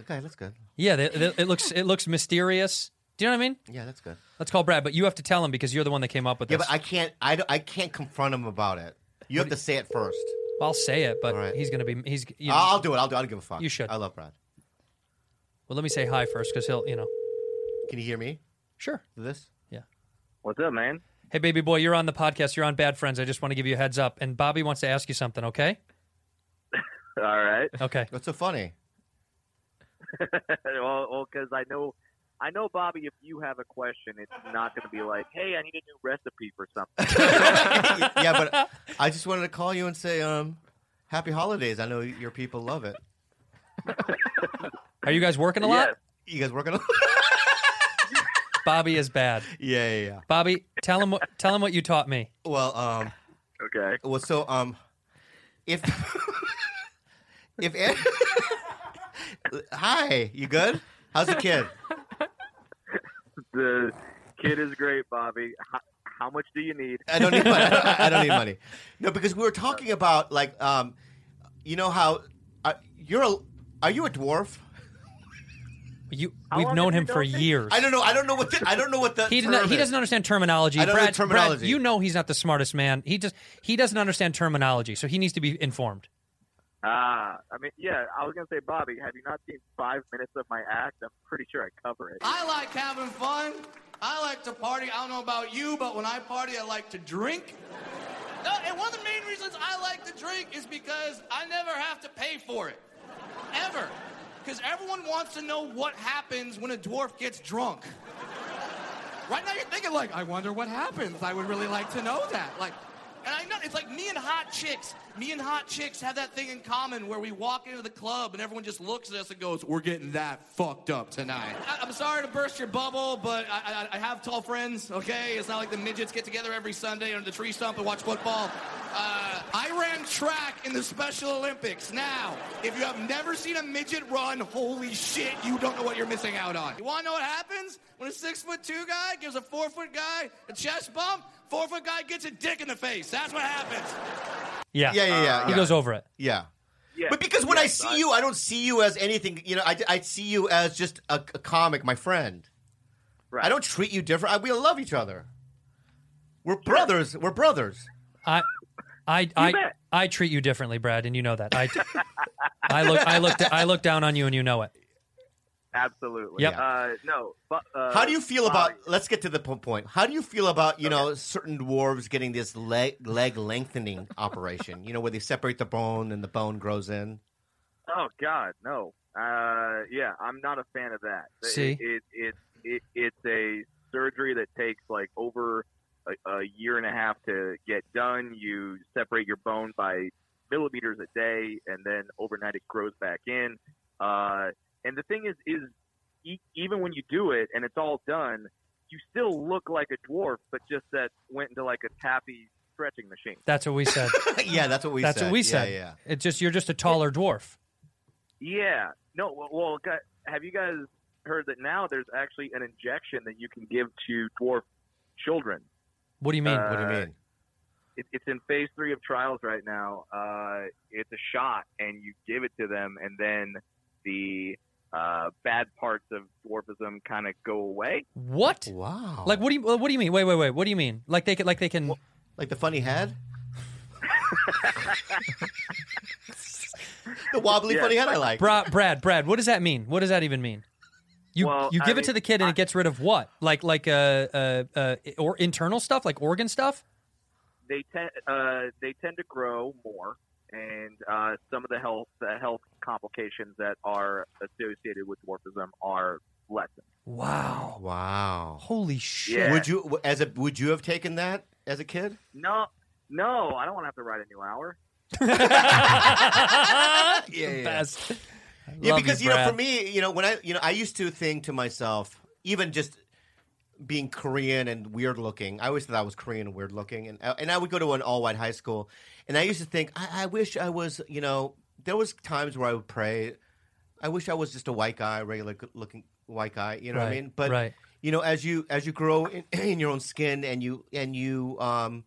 Okay, that's good.
Yeah, they, they, it looks it looks mysterious. Do you know what I mean?
Yeah, that's good.
Let's call Brad, but you have to tell him because you're the one that came up with
Yeah,
this.
but I can't. I, don't- I can't confront him about it. You have to say it first.
I'll say it, but he's gonna be he's. You know,
I'll do it. I'll do. it. I don't give a fuck.
You should.
I love Brad.
Well, let me say hi first because he'll you know.
Can you hear me?
Sure.
This.
Yeah.
What's up, man?
Hey, baby boy, you're on the podcast. You're on Bad Friends. I just want to give you a heads up. And Bobby wants to ask you something, okay?
All right.
Okay.
What's so funny?
well, well, because I know, I know, Bobby. If you have a question, it's not going to be like, "Hey, I need a new recipe for something."
yeah, but I just wanted to call you and say, um, happy holidays. I know your people love it.
Are you guys working a lot?
You guys working a lot?
Bobby is bad.
Yeah, yeah, yeah.
Bobby, tell him what tell him what you taught me.
Well, um,
okay.
Well, so um, if if an- hi, you good? How's the kid?
the kid is great, Bobby. How, how much do you need?
I don't need money. I I don't need money. No, because we were talking about like um, you know how uh, you're a are you a dwarf?
You we've known him for years.
I don't know. I don't know what the, I don't know what the
He, did not,
term
he
is.
doesn't understand terminology.
I don't know
Brad, Brad,
terminology.
you know he's not the smartest man. He just he doesn't understand terminology, so he needs to be informed.
Ah, I mean, yeah. I was going to say, Bobby, have you not seen five minutes of my act? I'm pretty sure I cover it.
I like having fun. I like to party. I don't know about you, but when I party, I like to drink. No, and one of the main reasons I like to drink is because I never have to pay for it. Ever. Because everyone wants to know what happens when a dwarf gets drunk. Right now, you're thinking, like, I wonder what happens. I would really like to know that. Like, and I know it's like me and hot chicks. Me and hot chicks have that thing in common where we walk into the club and everyone just looks at us and goes, "We're getting that fucked up tonight." I, I'm sorry to burst your bubble, but I, I, I have tall friends. Okay, it's not like the midgets get together every Sunday under the tree stump and watch football. Uh, I ran track in the Special Olympics. Now, if you have never seen a midget run, holy shit, you don't know what you're missing out on. You want to know what happens when a six foot two guy gives a four foot guy a chest bump? Four foot guy gets a dick in the face. That's what happens.
Yeah.
Yeah, yeah,
Uh,
yeah.
He
yeah.
goes over it.
Yeah. But because when I see you, I don't see you as anything. You know, I, I see you as just a, a comic, my friend. Right. I don't treat you different. I, we love each other. We're brothers. We're brothers.
I, I, I,
bet.
I treat you differently, Brad, and you know that. I, I look, I look, I look down on you, and you know it.
Absolutely.
Yep.
Uh, no. But, uh,
How do you feel
Bobby,
about? Let's get to the po- point. How do you feel about you know certain dwarves getting this leg leg lengthening operation? You know where they separate the bone and the bone grows in.
Oh God, no. Uh, yeah, I'm not a fan of that.
See?
it, it, it, it it's a surgery that takes like over a, a year and a half to get done. You separate your bone by millimeters a day, and then overnight it grows back in. Uh, and the thing is, is e- even when you do it and it's all done, you still look like a dwarf, but just that went into like a taffy stretching machine.
That's what we said.
yeah, that's what we
That's
said.
what we
Yeah,
said.
yeah.
It's just you're just a taller dwarf.
Yeah. No. well, Well, gu- have you guys heard that now there's actually an injection that you can give to dwarf children?
What do you mean?
What
Uh,
do you mean? It, it's in phase three of trials right now. Uh, it's a shot, and you give it to them, and then the uh, bad parts of dwarfism kind of go away.
What? Wow. Like what do you what do you mean? Wait, wait, wait. What do you mean? Like they can like they can
like the funny head? the wobbly funny head I like.
Brad, Brad, Brad, what does that mean? What does that even mean? You
Well,
you
I
give it to
mean,
the kid and it gets rid of what? Like like uh uh, uh or internal stuff, like organ stuff?
They tend uh, they tend to grow more, and uh, some of the health the health complications that are associated with dwarfism are lessened.
Wow.
Wow.
Holy
shit.
Would you as a would you have taken that as a kid?
No, no, I don't want to have to write a new hour.
yeah.
Best.
Yeah,
love you,
because you, know,
Brad.
for me, you know, when I you know, I used to think to myself, even just being Korean and weird looking, I always thought I was Korean and weird looking, and uh, and I would go to an all white high school, and I used to think, I, I wish I was, you know, there was times where I would pray, I wish I was just a white guy, regular good looking white guy, you know what I
Right,
mean? But
right.
you know, as you as you grow in, in your own skin and you and you um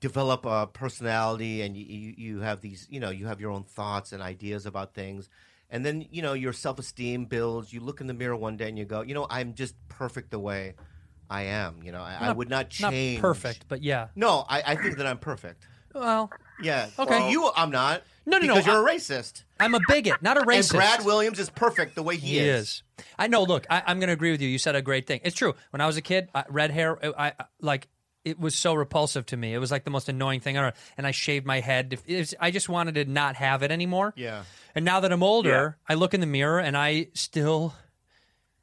develop a personality and you, you you have these you know you have your own thoughts and ideas about things and then you know your self-esteem builds you look in the mirror one day and you go you know i'm just perfect the way i am you know i, I
Not-
would not change
Not perfect, but yeah.
no I, I think that i'm perfect
Well,
yeah
Okay.
For you i'm not
No, no, no,
because
I-
you're a racist
I'm a bigot, not a
and
racist.
brad williams is perfect the way he,
He is. I know. Look, I, I'm going to agree with you. You said a great thing. It's true. When I was a kid, I, red hair, I, I like it was so repulsive to me. It was like the most annoying thing ever. And I shaved my head. If, if, I just wanted to not have it anymore.
Yeah.
And now that I'm older, I look in the mirror and I still,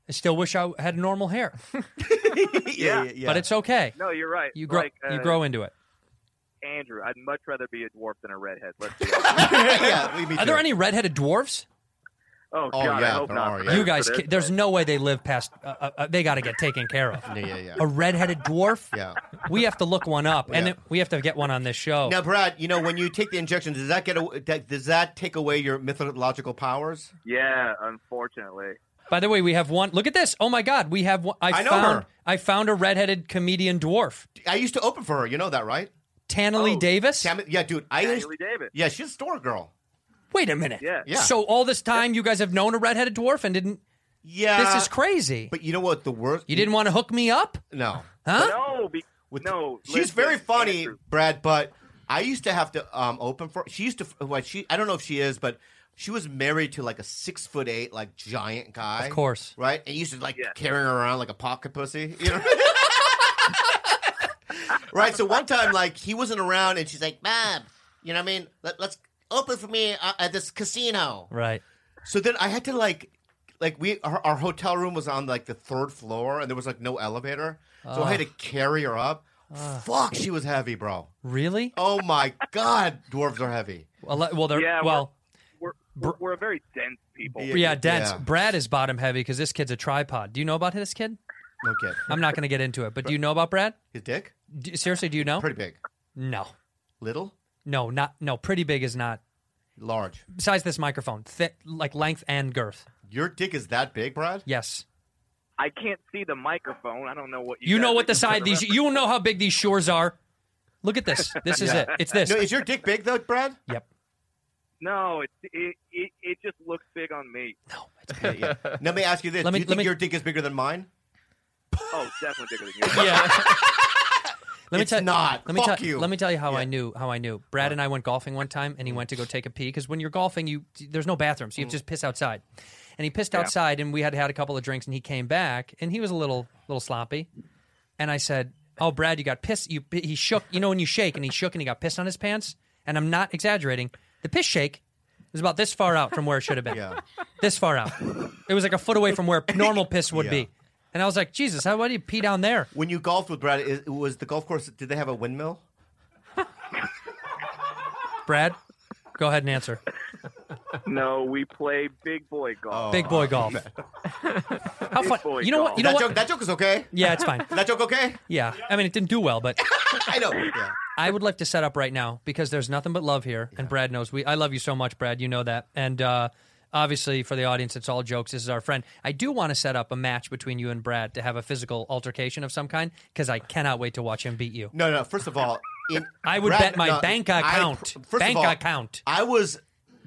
I still wish I had normal hair.
Yeah.
But it's okay.
No, you're right.
You grow.
Like, uh,
you grow into it.
Andrew, I'd much rather be a dwarf than a redhead. Let's be
yeah,
Are there any redheaded dwarves?
Oh,
Oh,
God, I
yeah,
hope
there
not.
are,
for
yeah.
this-
You guys,
for this.
ca- there's no way they live past. Uh, uh, uh, they got to get taken care of.
yeah yeah yeah
A redheaded dwarf.
yeah
We have to look one up, and
Yeah.
then we have to get one on this show.
Now, Brad, you know when you take the injection, does that get a, that, does that take away your mythological powers?
Yeah, unfortunately.
By the way, we have one. Look at this. Oh my God, we have one. I,
I know
found.
her.
I found a redheaded comedian dwarf,
I used to open for her. You know that, right?
Tanalee Davis.
Tam- yeah, dude. I used,
Haley Davis.
yeah, she's a store girl.
Wait a minute.
Yeah.
Yeah.
So all this time, you guys have known a redheaded dwarf and didn't.
Yeah,
This is crazy.
Uh, But you know what? The worst.
You didn't want to hook me up,
No,
huh?
No, be- no.
she's
listen,
very funny,
Andrew,
Brad. But I used to have to um, open for. She used to. Well, she. I don't know if she is, but she was married to like a six foot eight, like giant guy.
Of course.
right? And you used to like
Yeah.
carrying her around like a pocket pussy, you know? right. So one time, like he wasn't around, and she's like, "Mom, you know what I mean? Let, let's open for me uh, at this casino."
Right.
So then I had to like, like we our, our hotel room was on like the third floor, and there was like no elevator, so I had to
Ugh.
carry her up.
Ugh.
Fuck, she was heavy, bro.
Really?
Oh my god, dwarves are heavy.
Well, le- well, they're
Yeah, we're-
well,
We're, we're, we're a very dense people.
yeah, dense. Brad is bottom heavy because this kid's a tripod. Do you know about this kid?
No kid.
I'm not going to get into it, but do you know about Brad?
His dick?
Do, seriously, do you know?
Pretty big.
No.
Little?
No, not no. Pretty big is not
large.
Besides this microphone, thick, like length and girth.
Your dick is that big, Brad?
Yes.
I can't see the microphone. I don't know what you.
You, know
guys
what
are
the side
doing.
these. You know how big these shores are. Look at this. This is
Yeah.
it. It's this.
No, is your
dick big though, Brad?
Yep.
No, it, it it it just looks big on me.
No,
Okay, yeah. Now, Let me ask you this:
Let me-
Do
let
you think
me-
your dick is bigger than mine?
oh, it's definitely bigger than you.
Let me
It's
tell
not.
Let me
Fuck
tell
you.
Let me tell you how I knew. How I knew. Brad and I went golfing one time, and he went to go take a pee because when you're golfing, you there's no bathrooms. You
Mm.
just piss outside, and he pissed
Yeah.
outside, and we had had a couple of drinks, and he came back, and he was a little little sloppy, and I said, "Oh, Brad, you got pissed. You he shook. You know when you shake, and he shook, and he got pissed on his pants. And I'm not exaggerating. The piss shake was about this far out from where it should have been. This far out. It was like a foot away from where normal piss would
Yeah.
be. And I was like, Jesus, how why do you pee down there?
When you golfed with Brad, is, was the golf course? Did they have a windmill?
Brad, go ahead and answer.
no, we play big boy
Oh.
golf.
Big boy golf. How
Big
fun-
boy
you know what-
golf.
you know That what- joke-
that joke is okay.
Yeah, it's fine.
that joke okay?
Yeah. I mean, it didn't do well, but
I know. Yeah.
I would like to set up right now because there's nothing but love here, and Brad knows we. I love you so much, Brad. You know that, and uh, obviously for the audience, it's all jokes. This is our friend. I do want to set up a match between you and Brad to have a physical altercation of some kind because I cannot wait to watch him beat you.
No, no. First of all, in,
I would
Brad-
bet my
no,
bank
I-
account.
first of
bank
all,
account.
I was,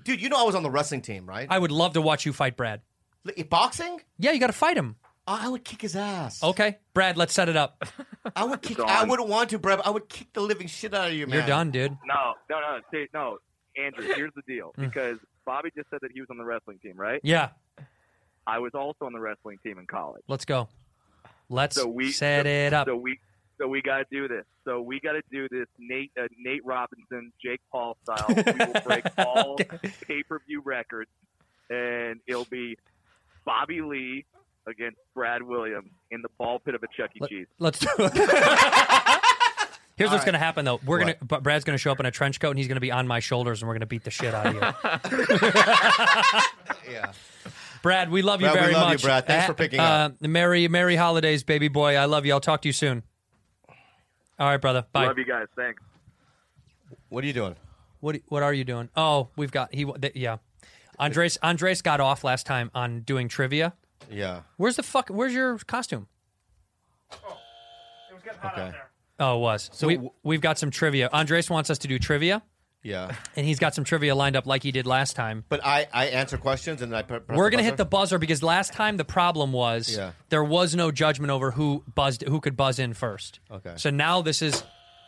dude. You know I was on the wrestling team, right?
I would love to watch you fight Brad.
Like, boxing?
Yeah, you got to fight him.
Oh, I would kick his ass.
Okay, Brad, let's set it up.
I would kick. I wouldn't want to, Brad. but I would kick the living shit out of you, man.
You're done, dude.
No, no, no, see, no. Andrew, here's the deal.
Mm.
Because Bobby just said that he was on the wrestling team, right?
Yeah,
I was also on the wrestling team in college.
let's go. Let's
so we
set
so-
it up.
So we so we got to do this. So we got to do this Nate uh, Nate Robinson, Jake Paul style. we will break all pay-per-view records and it'll be Bobby Lee against Brad Williams in the ball pit of a Chuck E. Cheese.
Let's do it. Here's what's gonna happen though. We're gonna but Brad's gonna show up in a trench coat and he's gonna be on my shoulders and we're gonna beat the shit out of you.
Yeah.
Brad, we love you
Brad, we
very
love you,
much.
Brad. Thanks for picking
uh, Merry Merry holidays, baby boy. I love you. I'll talk to you soon. All right, brother. Bye.
Love you guys. Thanks.
What are you doing?
What What are you doing? Oh, we've got he. Th- yeah, Andres Andres got off last time on doing trivia.
Yeah.
Where's the fuck? Where's your costume?
Okay.
Oh, it was. So
So
we,
w-
we've got some trivia. Andres wants us to do trivia,
Yeah.
and he's got some trivia lined up like he did last time.
But I I answer questions and I. Pre- press
We're gonna hit
buzzer.
the buzzer because last time the problem was
Yeah.
there was no judgment over who buzzed, who could buzz in first. Okay. So now this is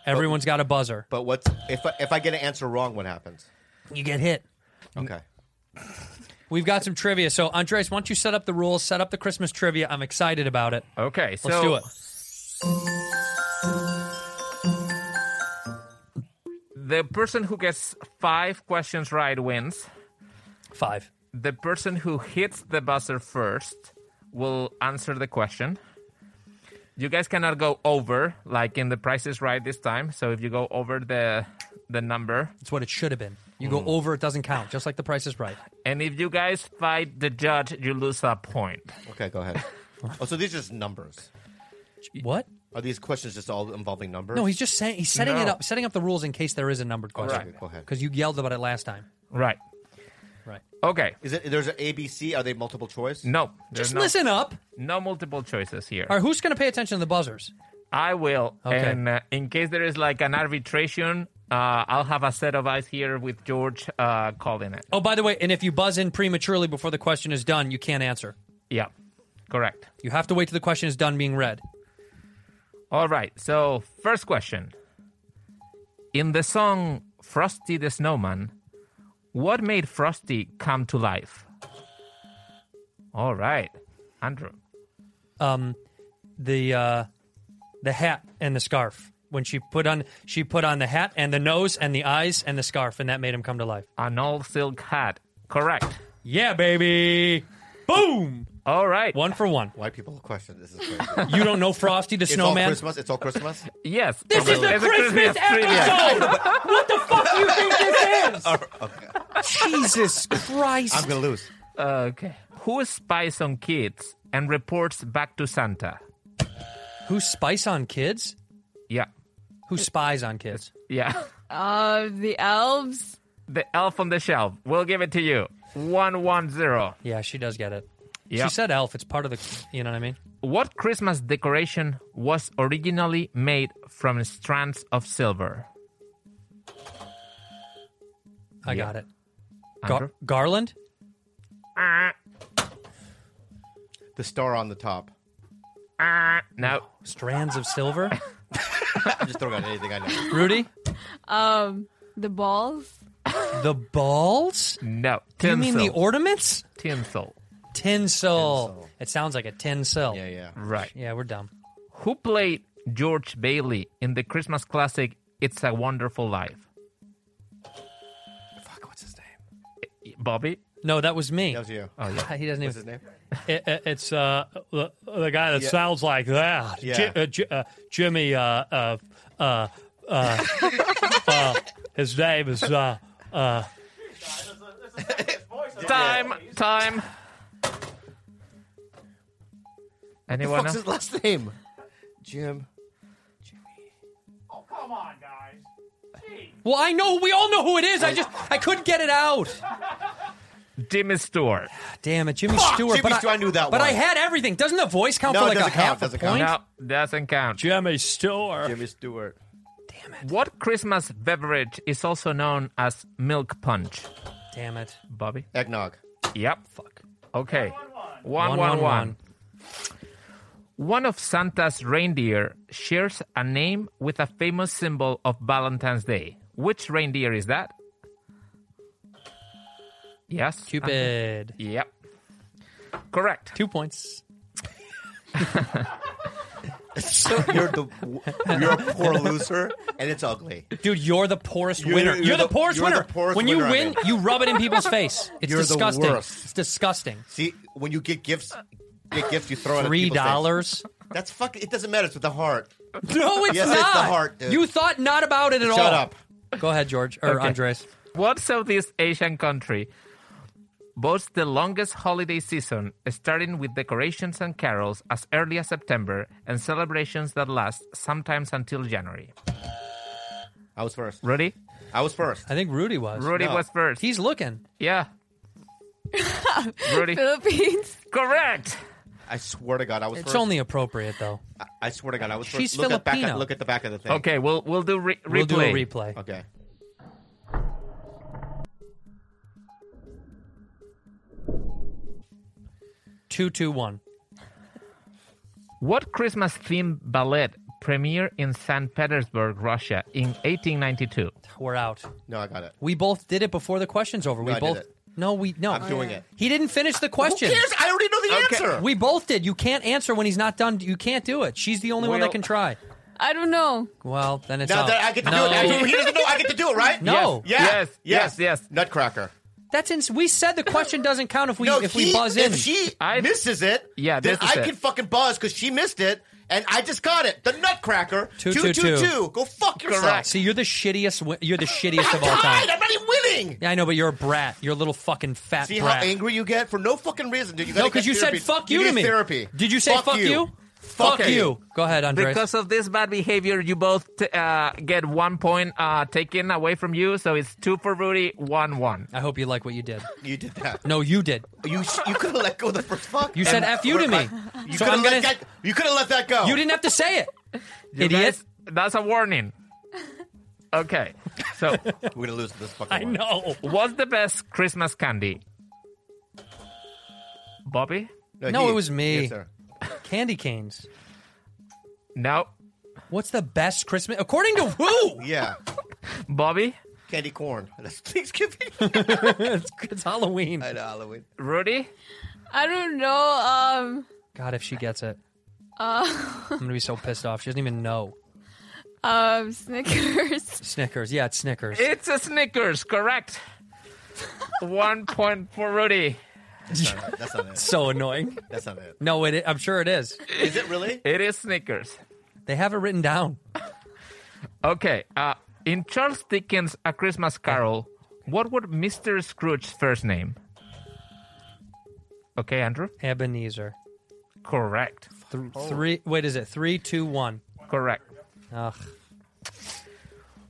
everyone's got a buzzer.
But what's if I, if I get an answer wrong, what happens?
You get hit.
Okay.
We've got some trivia. So Andres, why don't you set up the rules? Set up the Christmas trivia. I'm excited about it.
Okay,
let's
so-
do it.
The person who gets five questions right wins.
Five.
The person who hits the buzzer first will answer the question. You guys cannot go over, like in the Price is Right this time. So if you go over the the number,
It's what it should have been. You go over, it doesn't count. Just like the Price is Right.
and if you guys fight the judge, you lose a point.
Okay, go ahead. oh, so these are just numbers.
What?
Are these questions just all involving numbers?
No, he's just saying he's setting it up, setting up the rules in case there is a numbered
Okay,
question.
go ahead.
Because you yelled about it last time.
Right.
Right.
Okay.
Is it there's an A B C? Are they multiple choice?
No. there's
Just
no-
listen up.
No multiple choices here.
All right, who's going to pay attention to the buzzers?
I will.
Okay.
And uh, in case there is like an arbitration, uh, I'll have a set of eyes here with George uh, calling it.
Oh, by the way, and if you buzz in prematurely before the question is done, you can't answer.
Yeah, correct.
You have to wait till the question is done being read.
All right. So, first question. In the song Frosty the Snowman, what made Frosty come to life? All right. Andrew.
Um, the uh, the hat and the scarf. When she put on she put on the hat and the nose and the eyes and the scarf, and that made him come to life.
An all silk hat. Correct.
Yeah, baby. Boom.
All right.
One for one.
White people question this is
You don't know Frosty the
It's all
Snowman?
Christmas? It's all Christmas?
Yes.
This is the
It's a
Christmas,
Christmas tree.
episode. what the fuck do you think this is?
Jesus Christ.
I'm going to lose.
Okay. Who spies on kids and reports back to Santa?
Who spies on kids?
Yeah.
Who spies on kids?
Yeah.
Uh, the elves.
The elf on the shelf. We'll give it to you. 110.
Yeah, she does get it.
Yeah.
She said elf. It's part of the. You know what I mean?
What Christmas decoration was originally made from strands of silver?
I
Yeah.
got it.
Andrew?
Gar- Garland?
The star on the top.
No.
Strands of silver?
I'm just throwing out anything I know.
Rudy?
Um, the balls.
The balls?
No.
Do you mean the
Tinsel.
ornaments?
Tinsel.
Tinsel. It sounds like a tinsel. Yeah,
yeah.
Right.
Yeah, we're dumb.
Who played George Bailey in the Christmas classic It's a Wonderful Life?
Fuck, what's his name?
Bobby?
No, that was me. That
was you.
Oh, yeah.
he doesn't
What's
even.
his
It, it- it's uh, the, the guy that
Yeah.
sounds like that.
Yeah.
Ji- uh, Ji- uh, Jimmy. Uh, uh, uh, uh, uh, his name is. Uh, uh,
Time. Time. Anyone
What's
else?
his last name? Jim.
Oh, come on, guys. Jeez.
well, I know. We all know who it is. I just. I couldn't get it out.
Jimmy Stewart.
Damn it, Jimmy
Fuck,
Stewart.
Jimmy
but
Stewart, I knew that
But
one.
I had everything. Doesn't the voice count for
No, it
like a
doesn't count,
half a
doesn't count.
point?
No, doesn't count.
Jimmy Stewart.
Jimmy Stewart.
What Christmas beverage is also known as milk punch?
Damn it.
Bobby?
Eggnog.
Yep.
Fuck.
Okay.
One,
One,
one,
one, one. One of Santa's reindeer shares a name with a famous symbol of Valentine's Day. Which reindeer is that? Yes. Andrew?
Cupid.
Yep. Correct.
Uh-huh. Two points.
So you're the you're a poor loser, and it's ugly.
Dude, you're the poorest
You're-
winner. You're,
you're
the,
the-
poorest
you're the
winner.
poorest
when
winner
you
I've
win,
been.
you rub it in people's face. It's
You're the
disgusting.
worst.
It's disgusting.
See, when you get gifts, get gifts, you throw it. at
Three
people's face.
dollars?
That's fuck. It doesn't matter. It's with the heart.
No, it's
Yes,
not.
it's the heart, dude.
You thought not about it at all.
Shut up.
Go ahead, George or
Okay.
Andres.
What Southeast Asian country boasts the longest holiday season, starting with decorations and carols as early as September and celebrations that last sometimes until January?
I was first.
Rudy?
I was first.
I think Rudy was.
Rudy
No.
was first.
He's looking.
Yeah. Rudy.
Philippines.
Correct.
I swear to God, I was
It's
first.
only appropriate though.
I, I swear to God, I was
She's
first. Look at, back at,
Filipino.
look at the back of the thing.
Okay, we'll we'll do re- replay.
We'll do a replay.
Okay.
Two, two, one.
What Christmas themed ballet premiered in St. Petersburg, Russia in 1892?
We're out.
No, I got it.
We both did it before the question's over. we
I did
both.
it.
No, we no.
I'm doing it.
He didn't finish the question.
Who cares? I already know the
Okay.
answer.
We both did. You can't answer when he's not done. You can't do it. She's the only one that
Well-
can try.
I don't know.
Well, then it's
now
out.
that I get to
no.
do it, now he doesn't know I get to do it, right?
No.
Yeah.
Yes, yes, yes.
Nutcracker.
That's ins- we said the question doesn't count if we
no,
if
he-
we buzz in.
if she
I-
misses it,
Yeah,
then
this is
I
it.
can fucking buzz because she missed it, and I just got it. The Nutcracker.
Two,
two,
two,
two,
two.
two. Go fuck yourself.
See, you're the shittiest. Wi- you're the shittiest of
I'm
all time.
tied. I'm not even winning.
Yeah, I know, but you're a brat. You're a little fucking fat
See
brat.
how angry you get for no fucking reason, dude. You
no, because
because
you said "fuck you"
need
to me.
Therapy.
Did you say "fuck, you"? Fuck
Okay.
you. Go ahead, Andres.
Because of this bad behavior, you both t- uh, get one point uh, taken away from you. So it's two for Rudy, one one.
I hope you like what you did.
You did that.
No, you did.
You you could have let go of the first fuck.
You said "f you" to me.
You
so
coulda
I'm gonna.
let that, you could have let that go.
You didn't have to say it,
You
idiot.
guys, that's a warning. Okay, so
We're gonna lose this fucking.
I
one.
know.
what's the best Christmas candy? Bobby?
No,
he-
it was me.
Yes, sir.
Candy canes.
No.
What's the best Christmas? According to who?
Yeah,
Bobby?
candy corn. That's Thanksgiving.
it's, it's Halloween.
I know Halloween.
Rudy?
I don't know. Um,
God, if she gets it,
uh,
I'm gonna be so pissed off. She doesn't even know.
um, Snickers.
Snickers. Yeah, it's Snickers.
It's a Snickers, correct? One point for Rudy.
That's not it. That's not it.
so annoying.
That's not it.
No, it. I'm sure it is.
Is it really?
It is Snickers.
They have it written down.
Okay. Uh, in Charles Dickens' A Christmas Carol, what would Mr. Scrooge's first name? Okay, Andrew.
Ebenezer.
Correct.
Th- Three. Wait, is it three, two, one?
Correct.
Ugh.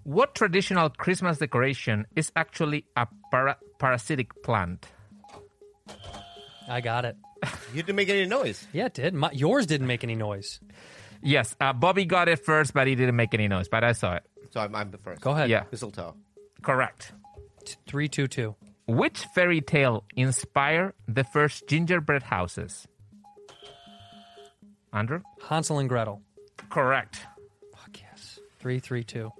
What traditional Christmas decoration is actually a para- parasitic plant?
I got it.
You didn't make any noise.
Yeah, it did. My, yours didn't make any noise.
Yes, uh, Bobby got it first, but he didn't make any noise. But I saw it.
So I'm, I'm the first.
Go ahead.
Yeah.
Mistletoe.
Correct.
T- Three, two, two.
Which fairy tale inspired the first gingerbread houses? Andrew?
Hansel and Gretel.
Correct.
Fuck yes. Three, three, two.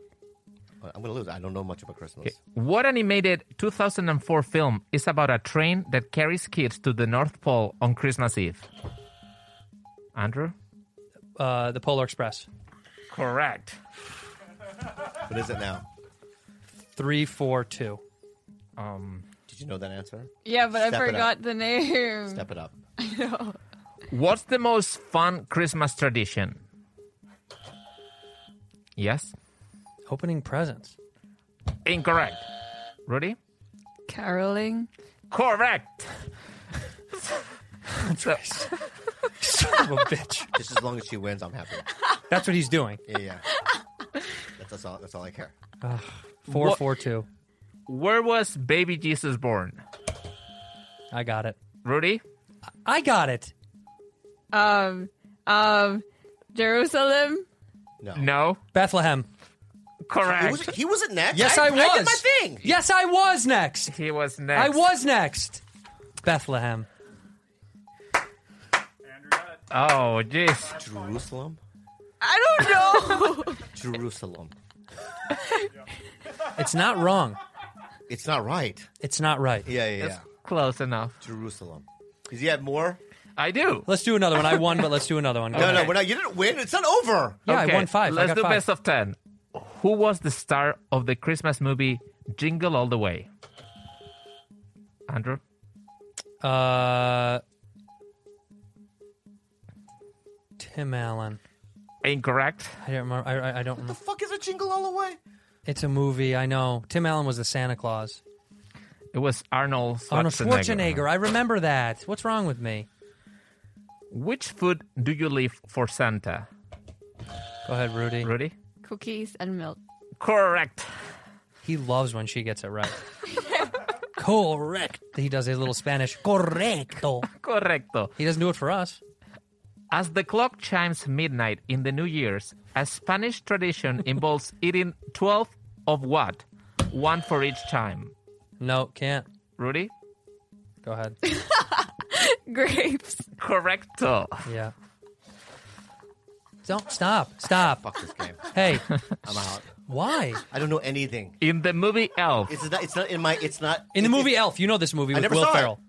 I'm gonna lose. I don't know much about Christmas.
What animated 2004 film is about a train that carries kids to the North Pole on Christmas Eve? Andrew?
Uh, the Polar Express.
Correct.
What is it now?
Three, four, two.
Um,
Did you know that answer?
Yeah, but I
Step it up.
forgot the name.
Step it up.
I know.
What's the most fun Christmas tradition? Yes?
Opening presents.
Incorrect. Rudy?
Caroling.
Correct. So-
Son of a bitch.
Just as long as she wins, I'm happy.
That's what he's doing.
Yeah, yeah. That's, that's all. That's all I care.
Ugh. Four,
What-
four, two.
where was baby Jesus born?
I got it.
Rudy?
I got it.
Um, um, Jerusalem.
No.
No.
Bethlehem.
It
Correct.
was, he wasn't next.
Yes, I, was.
I did my thing.
Yes, I was next.
he was next.
I was next. Bethlehem.
Oh, jeez.
Jerusalem.
I don't know.
Jerusalem.
It's not wrong.
It's not right.
It's not right.
Yeah, yeah, yeah.
It's close enough.
Jerusalem. Does he have more?
I do.
Let's do another one. I won, but let's do another one. Go
No,
ahead.
no, we're not. You didn't win. It's not over.
Yeah,
okay,
I won five.
Let's
I got
do
five.
best of ten. Who was the star of the Christmas movie Jingle All the Way? Andrew?
Uh, Tim Allen.
Incorrect.
I don't remember. I, I- I don't
What
remember.
the fuck is a jingle all the way?
It's a movie. I know. Tim Allen was the Santa Claus.
It was Arnold Schwarzenegger.
Arnold Schwarzenegger. I remember that. What's wrong with me?
Which food do you leave for Santa?
Go ahead, Rudy.
Rudy?
Cookies and milk.
Correct.
He loves when she gets it right. Correct. He does a little Spanish. Correcto.
Correcto.
He doesn't do it for us.
As the clock chimes midnight in the New Year's, a Spanish tradition involves eating 12 of what? One for each time.
No, can't.
Rudy?
Go ahead.
Grapes.
Correcto.
Yeah. Don't stop. Stop.
Fuck this game.
Hey,
I'm out.
why?
I don't know anything.
In the movie Elf,
It's not. It's not in my. It's not
In the
it-
movie Elf, you know this movie
I
with
never
Will
saw it.
Ferrell.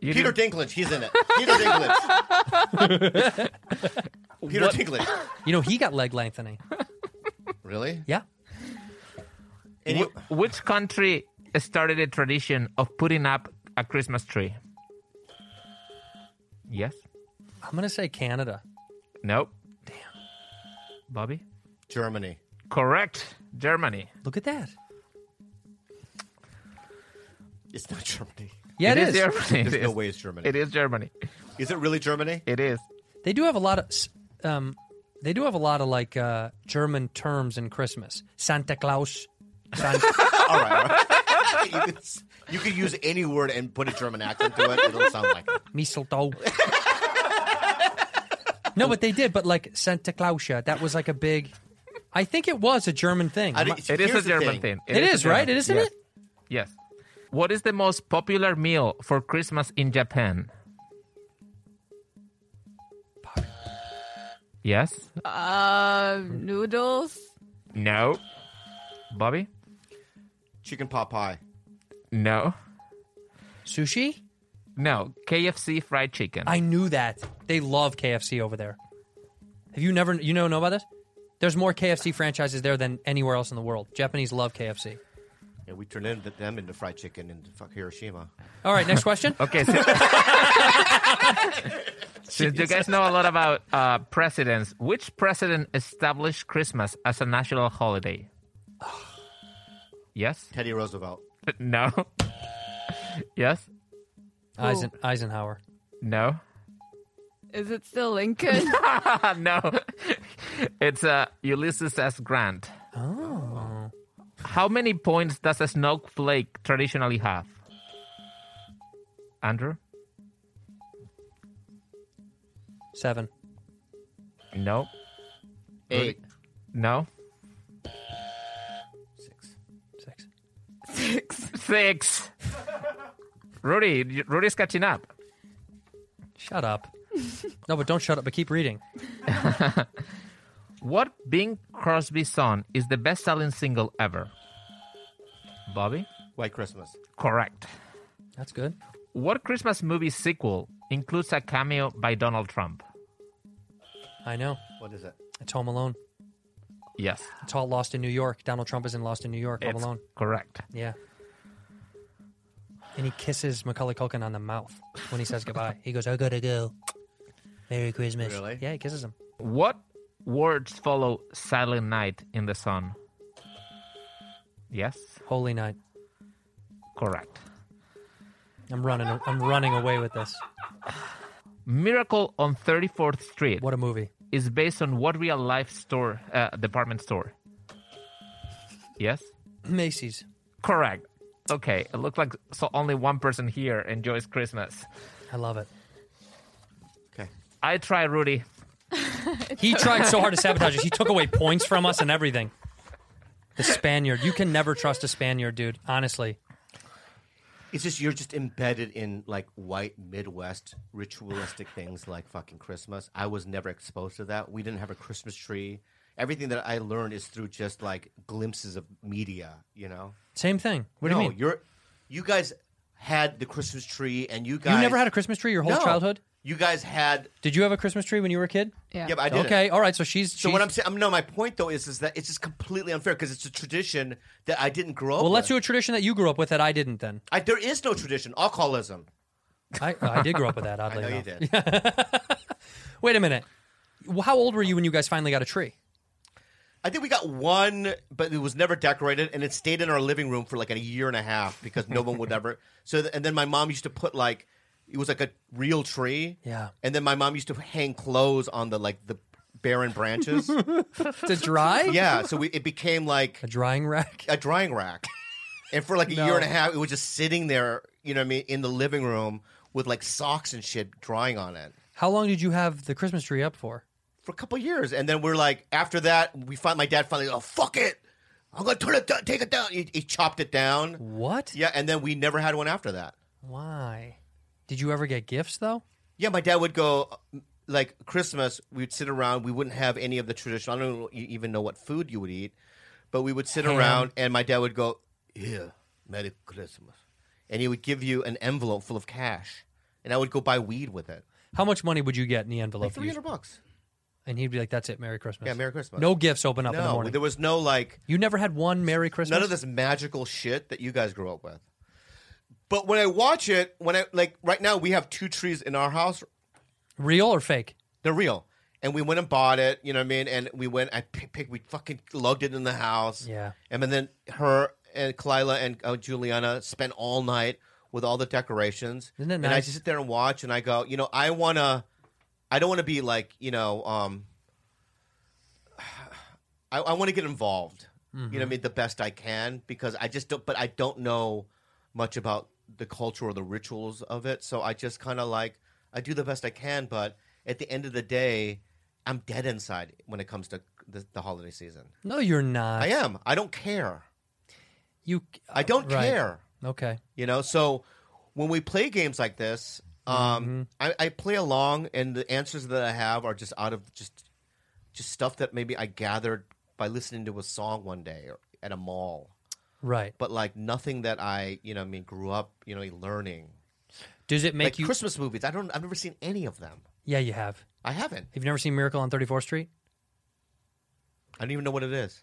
you
Peter
did-
Dinklage. He's in it. Peter Dinklage. Peter
What-
Dinklage.
You know he got leg lengthening.
Really?
Yeah.
And you,
wh- which country started a tradition of putting up a Christmas tree? Yes?
I'm gonna say Canada.
No? Damn. Bobby?
Germany.
Correct. Germany.
Look at that.
It's not Germany.
Yeah, it is.
Germany.
There's
It
no
is.
way it's Germany.
It is Germany.
Is it really Germany?
It is.
They do have a lot of, s- um, they do have a lot of like uh, German terms in Christmas. Santa Claus. San-
all right. All right. you, could, s- you could use any word and put a German accent to it. It'll sound like it.
mistletoe. no, but they did. But like Santa Clausia, that was like a big. I think it was a German thing.
I
Am I-
didn't-
It is
here's
a
the
German thing.
It
a
is, right?
German-
It isn't
yes.
it?
Yes. What is the most popular meal for Christmas in Japan? Yes.
Um, noodles.
No. Bobby?
Chicken pot pie.
No.
Sushi.
No. KFC fried chicken.
I knew that. They love KFC over there. Have you never you know know about this? There's more KFC franchises there than anywhere else in the world. Japanese love KFC.
Yeah, we turned in, them into fried chicken in fuck Hiroshima.
All right, next question.
okay. So- Since you guys know a lot about uh, presidents, which president established Christmas as a national holiday? Yes?
Teddy Roosevelt.
No. yes?
Eisen- Eisenhower.
No. Uh,
Is it still Lincoln?
no. It's uh, Ulysses S. Grant.
Oh.
How many points does a snowflake traditionally have? Andrew?
Seven.
No.
Eight.
No.
Six.
Six. Six. Rudy, y- Rudy's catching up.
Shut up. no, but don't shut up, but keep reading.
What Bing Crosby song is the best selling single ever? Bobby?
White Christmas.
Correct.
That's good.
What Christmas movie sequel includes a cameo by Donald Trump?
I know.
What is it?
It's Home Alone.
Yes.
It's all Lost in New York. Donald Trump is in Lost in New York, Home
It's
Alone.
Correct.
Yeah. And he kisses Macaulay Culkin on the mouth when he says goodbye. He goes, I gotta go. Merry Christmas.
Really?
Yeah, he kisses him.
What words follow Silent Night in the Sun? Yes.
Holy Night.
Correct.
I'm running. I'm running away with this.
Miracle on 34th Street. What
a movie.
Is based on what real life store, uh, department store? Yes?
Macy's.
Correct. Okay, it looks like so only one person here enjoys Christmas.
I love it.
Okay.
I try, Rudy.
He tried so hard to sabotage us. He took away points from us and everything. The Spaniard. You can never trust a Spaniard, dude. Honestly.
It's just you're just embedded in like white Midwest ritualistic things like fucking Christmas. I was never exposed to that. We didn't have a Christmas tree. Everything that I learned is through just like glimpses of media, you know.
Same thing. What do
No,
you mean?
You're you guys had the Christmas tree and you guys
You never had a Christmas tree your whole
No.
childhood?
You guys had
Did you have a Christmas tree when you were a kid?
Yeah, but I did.
Okay, all right. So she's.
So what I'm saying, I'm, no, my point though is, is that it's just completely unfair because it's a tradition that I didn't grow up.
Well, let's
with.
do a tradition that you grew up with that I didn't. Then
I, there is no tradition. Alcoholism.
I, I did grow up with that. Oddly
I know
enough.
you did.
Wait a minute. How old were you when you guys finally got a tree?
I think we got one, but it was never decorated, and it stayed in our living room for like a year and a half because no one would ever. So, th- and then my mom used to put like it was like a real tree.
Yeah.
And then my mom used to hang clothes on the like the barren branches.
to dry?
Yeah, so we, it became like a
drying rack.
A drying rack. And for like a
No.
year and a half, it was just sitting there, you know what I mean, in the living room with like socks and shit drying on it
How long did you have the Christmas tree up for?
for a couple years. And then we're like, after that, we find my dad finally, oh, fuck it. I'm going to turn it down, take it down. He, he chopped it down.
What?
Yeah, and then we never had one after that.
Why? Did you ever get gifts though?
Yeah, my dad would go like Christmas. We'd sit around. We wouldn't have any of the traditional. I don't even know what food you would eat, but we would sit
Ham.
around, and my dad would go, "Here, Merry Christmas," and he would give you an envelope full of cash, and I would go buy weed with it.
How much money would you get in the envelope?
Like three hundred bucks.
And he'd be like, "That's it, Merry Christmas."
Yeah, Merry Christmas.
No gifts open up in the
No,
morning.
There was no like.
You never had one Merry Christmas.
None of this magical shit that you guys grew up with. But when I watch it, when I like right now, we have two trees in our house.
Real or fake?
They're real. And we went and bought it, you know what I mean? And we went, I pick, pick we fucking lugged it in the house.
Yeah.
And then her and Kalila and uh, Juliana spent all night with all the decorations.
Isn't it
And I
nice?
just sit there and watch and I go, you know, I want to, I don't want to be like, you know, um, I, I want to get involved. You know what I
Mhm.
mean? The best I can because I just don't, but I don't know much about the culture or the rituals of it. So I just kind of like, I do the best I can, but at the end of the day, I'm dead inside when it comes to the, the holiday season.
No, you're not.
I am. I don't care.
You,
I don't
Uh, Right.
care.
Okay.
You know, so when we play games like this,
Mm-hmm.
um, I, I play along, and the answers that I have are just out of just just stuff that maybe I gathered by listening to a song one day or at a mall,
Right.
but like nothing that I you know I mean grew up you know learning.
Does it make
Like
you?
Christmas movies? I don't. I've never seen any of them.
Yeah, you have.
I haven't.
You've never seen Miracle on 34th Street?
I don't even know what it is.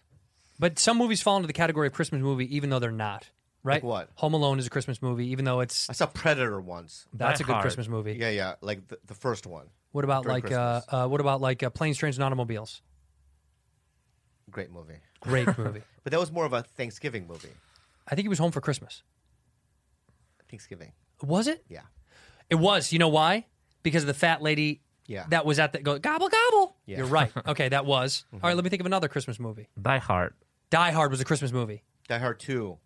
But some movies fall into the category of Christmas movie, even though they're not. Right? what? Home Alone is a Christmas movie, even though it's.
I saw Predator once.
That's a good Christmas movie.
Yeah, yeah, like the, the first one.
What about
During
like uh, uh, what about like uh, Planes, Trains, and Automobiles?
Great movie.
Great movie.
but that was more of a Thanksgiving movie.
I think he was home for Christmas.
Thanksgiving.
Was it?
Yeah.
It was. You know why? Because of the fat lady.
Yeah.
That was at the go gobble gobble.
Yeah.
You're right. Okay, that was.
Mm-hmm.
All right, let me think of another Christmas movie.
Die Hard.
Die Hard was a Christmas movie.
Die Hard Two.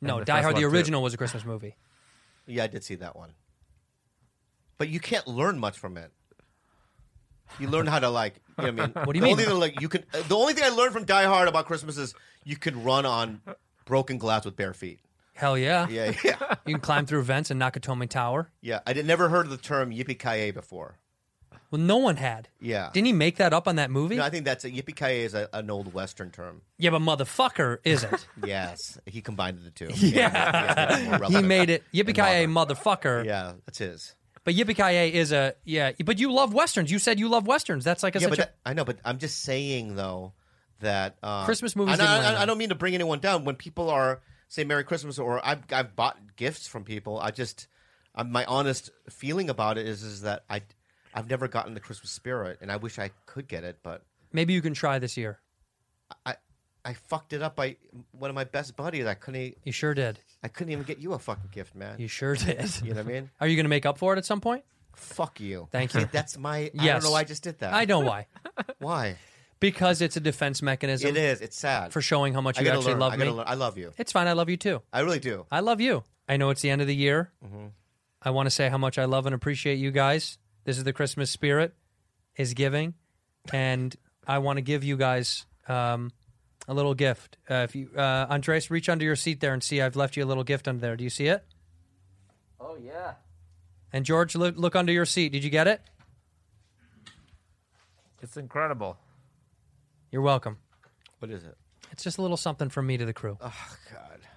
No,
And the
Die
first
Hard the
one, too.
original was a Christmas movie.
Yeah, I did see that one. But you can't learn much from it. You learn how to like. You know what I mean,
What do you
The
mean?
Only thing, like you can. uh, The only thing I learned from Die Hard about Christmas is you can run on broken glass with bare feet.
Hell yeah.
Yeah, yeah.
you can climb through vents in Nakatomi Tower.
Yeah, I did never heard of the term yippee ki before.
Well, no one had.
Yeah,
Didn't he make that up on that movie?
No, I think that's a yippee ki is a, an old Western term.
yeah, but motherfucker isn't.
Yes, he combined the two.
Yeah. he made it yippee ki motherfucker.
Yeah, that's his.
But yippee ki is a yeah. But you love westerns. You said you love westerns. That's like a
yeah,
such
but
a
that- I know, but I'm just saying though that uh,
Christmas movies
and I,
didn't land
I- I
on.
don't mean to bring anyone down. When people are say Merry Christmas or I've I've bought gifts from people, I just i my honest feeling about it is is that I I've never gotten the Christmas spirit, and I wish I could get it, but
maybe you can try this year.
I I fucked it up by one of my best buddies. I couldn't. e,
You sure did.
I couldn't even get you a fucking gift, man.
You sure did.
You know what I mean?
Are you going to make up for it at some point?
Fuck you.
Thank you.
See, that's my. I
Yes.
don't know. why I just did that.
I know why.
why?
Because it's a defense mechanism.
It is. It's sad
for showing how much
I
you
gotta
actually
learn.
love
I
me.
gotta learn. I love you.
It's fine. I love you too.
I really do.
I love you. I know it's the end of the year.
Mhm.
I want to say how much I love and appreciate you guys. This is the Christmas spirit is giving, and I want to give you guys um, a little gift. Uh, if you, uh, Andres, reach under your seat there and see. I've left you a little gift under there. Do you see it?
Oh, yeah.
And George, look, look under your seat. Did you get it?
It's incredible.
You're welcome.
What is it?
It's just a little something from me to the crew.
Oh God.
Ah.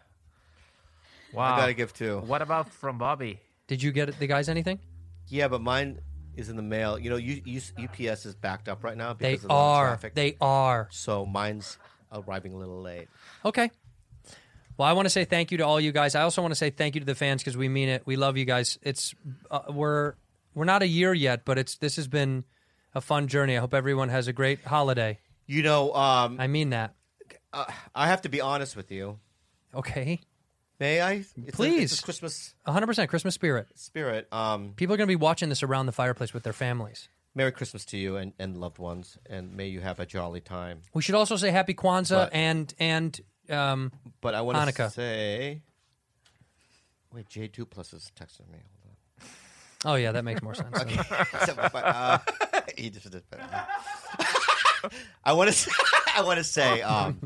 Wow.
gotta give two.
What about from Bobby?
Did you get the guys anything?
Yeah, but mine is in the mail. You know, U- U- UPS is backed up right now
They
because of the
are.
traffic.
They are.
So mine's arriving a little late.
Okay. Well, I want to say thank you to all you guys. I also want to say thank you to the fans because we mean it. We love you guys. It's uh, we're we're not a year yet, but it's this has been a fun journey. I hope everyone has a great holiday.
You know, um,
I mean that.
Uh, I have to be honest with you.
Okay.
May I? It's a- it's a
Please.
Christmas
100% Christmas spirit.
spirit. Um,
People are going to be watching this around the fireplace with their families.
Merry Christmas to you and, and loved ones, and may you have a jolly time.
We should also say happy Kwanzaa
But-
and and um
But I want to
Hanukkah.
say, wait, J two plus is texting me. Hold
Oh yeah, that makes more sense.
on. Okay. So, but, uh, he just did. uh, I want to. I want to say. Um,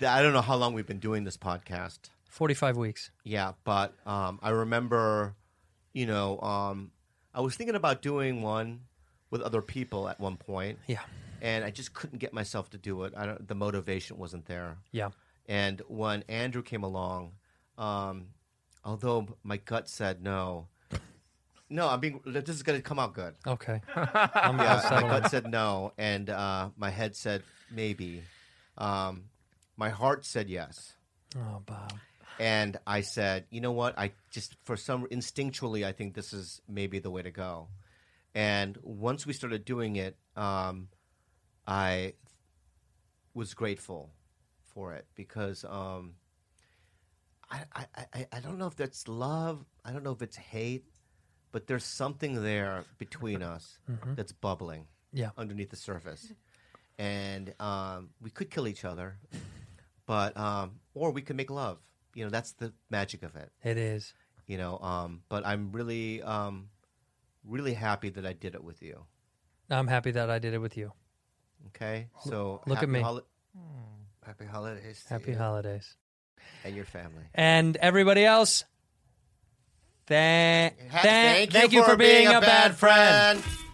that I don't know how long we've been doing this podcast.
45 weeks.
Yeah, but um, I remember, you know, um, I was thinking about doing one with other people at one point.
Yeah.
and I just couldn't get myself to do it. I don't, the motivation wasn't there.
Yeah.
and when Andrew came along, um, although my gut said no. No, I'm being. This is gonna come out good.
Okay. I'm
yeah, my
settling.
gut said no, and uh, my head said maybe. Um, my heart said yes
Oh, Bob.
and I said, you know what? I just for some instinctually, I think this is maybe the way to go. And once we started doing it, um, I was grateful for it because um, I, I, I, I don't know if that's love. I don't know if it's hate, but there's something there between us
Mhm.
that's bubbling
Yeah.
underneath the surface. And um, we could kill each other, but um, or we could make love. You know, that's the magic of it.
It is.
You know, um, but I'm really, um, really happy that I did it with you.
I'm happy that I did it with you.
Okay, so
Look at
happy
me.
holi- Hmm. happy holidays. to
Happy
you
holidays.
and your family.
And everybody else, tha- tha-
thank you for being a bad friend.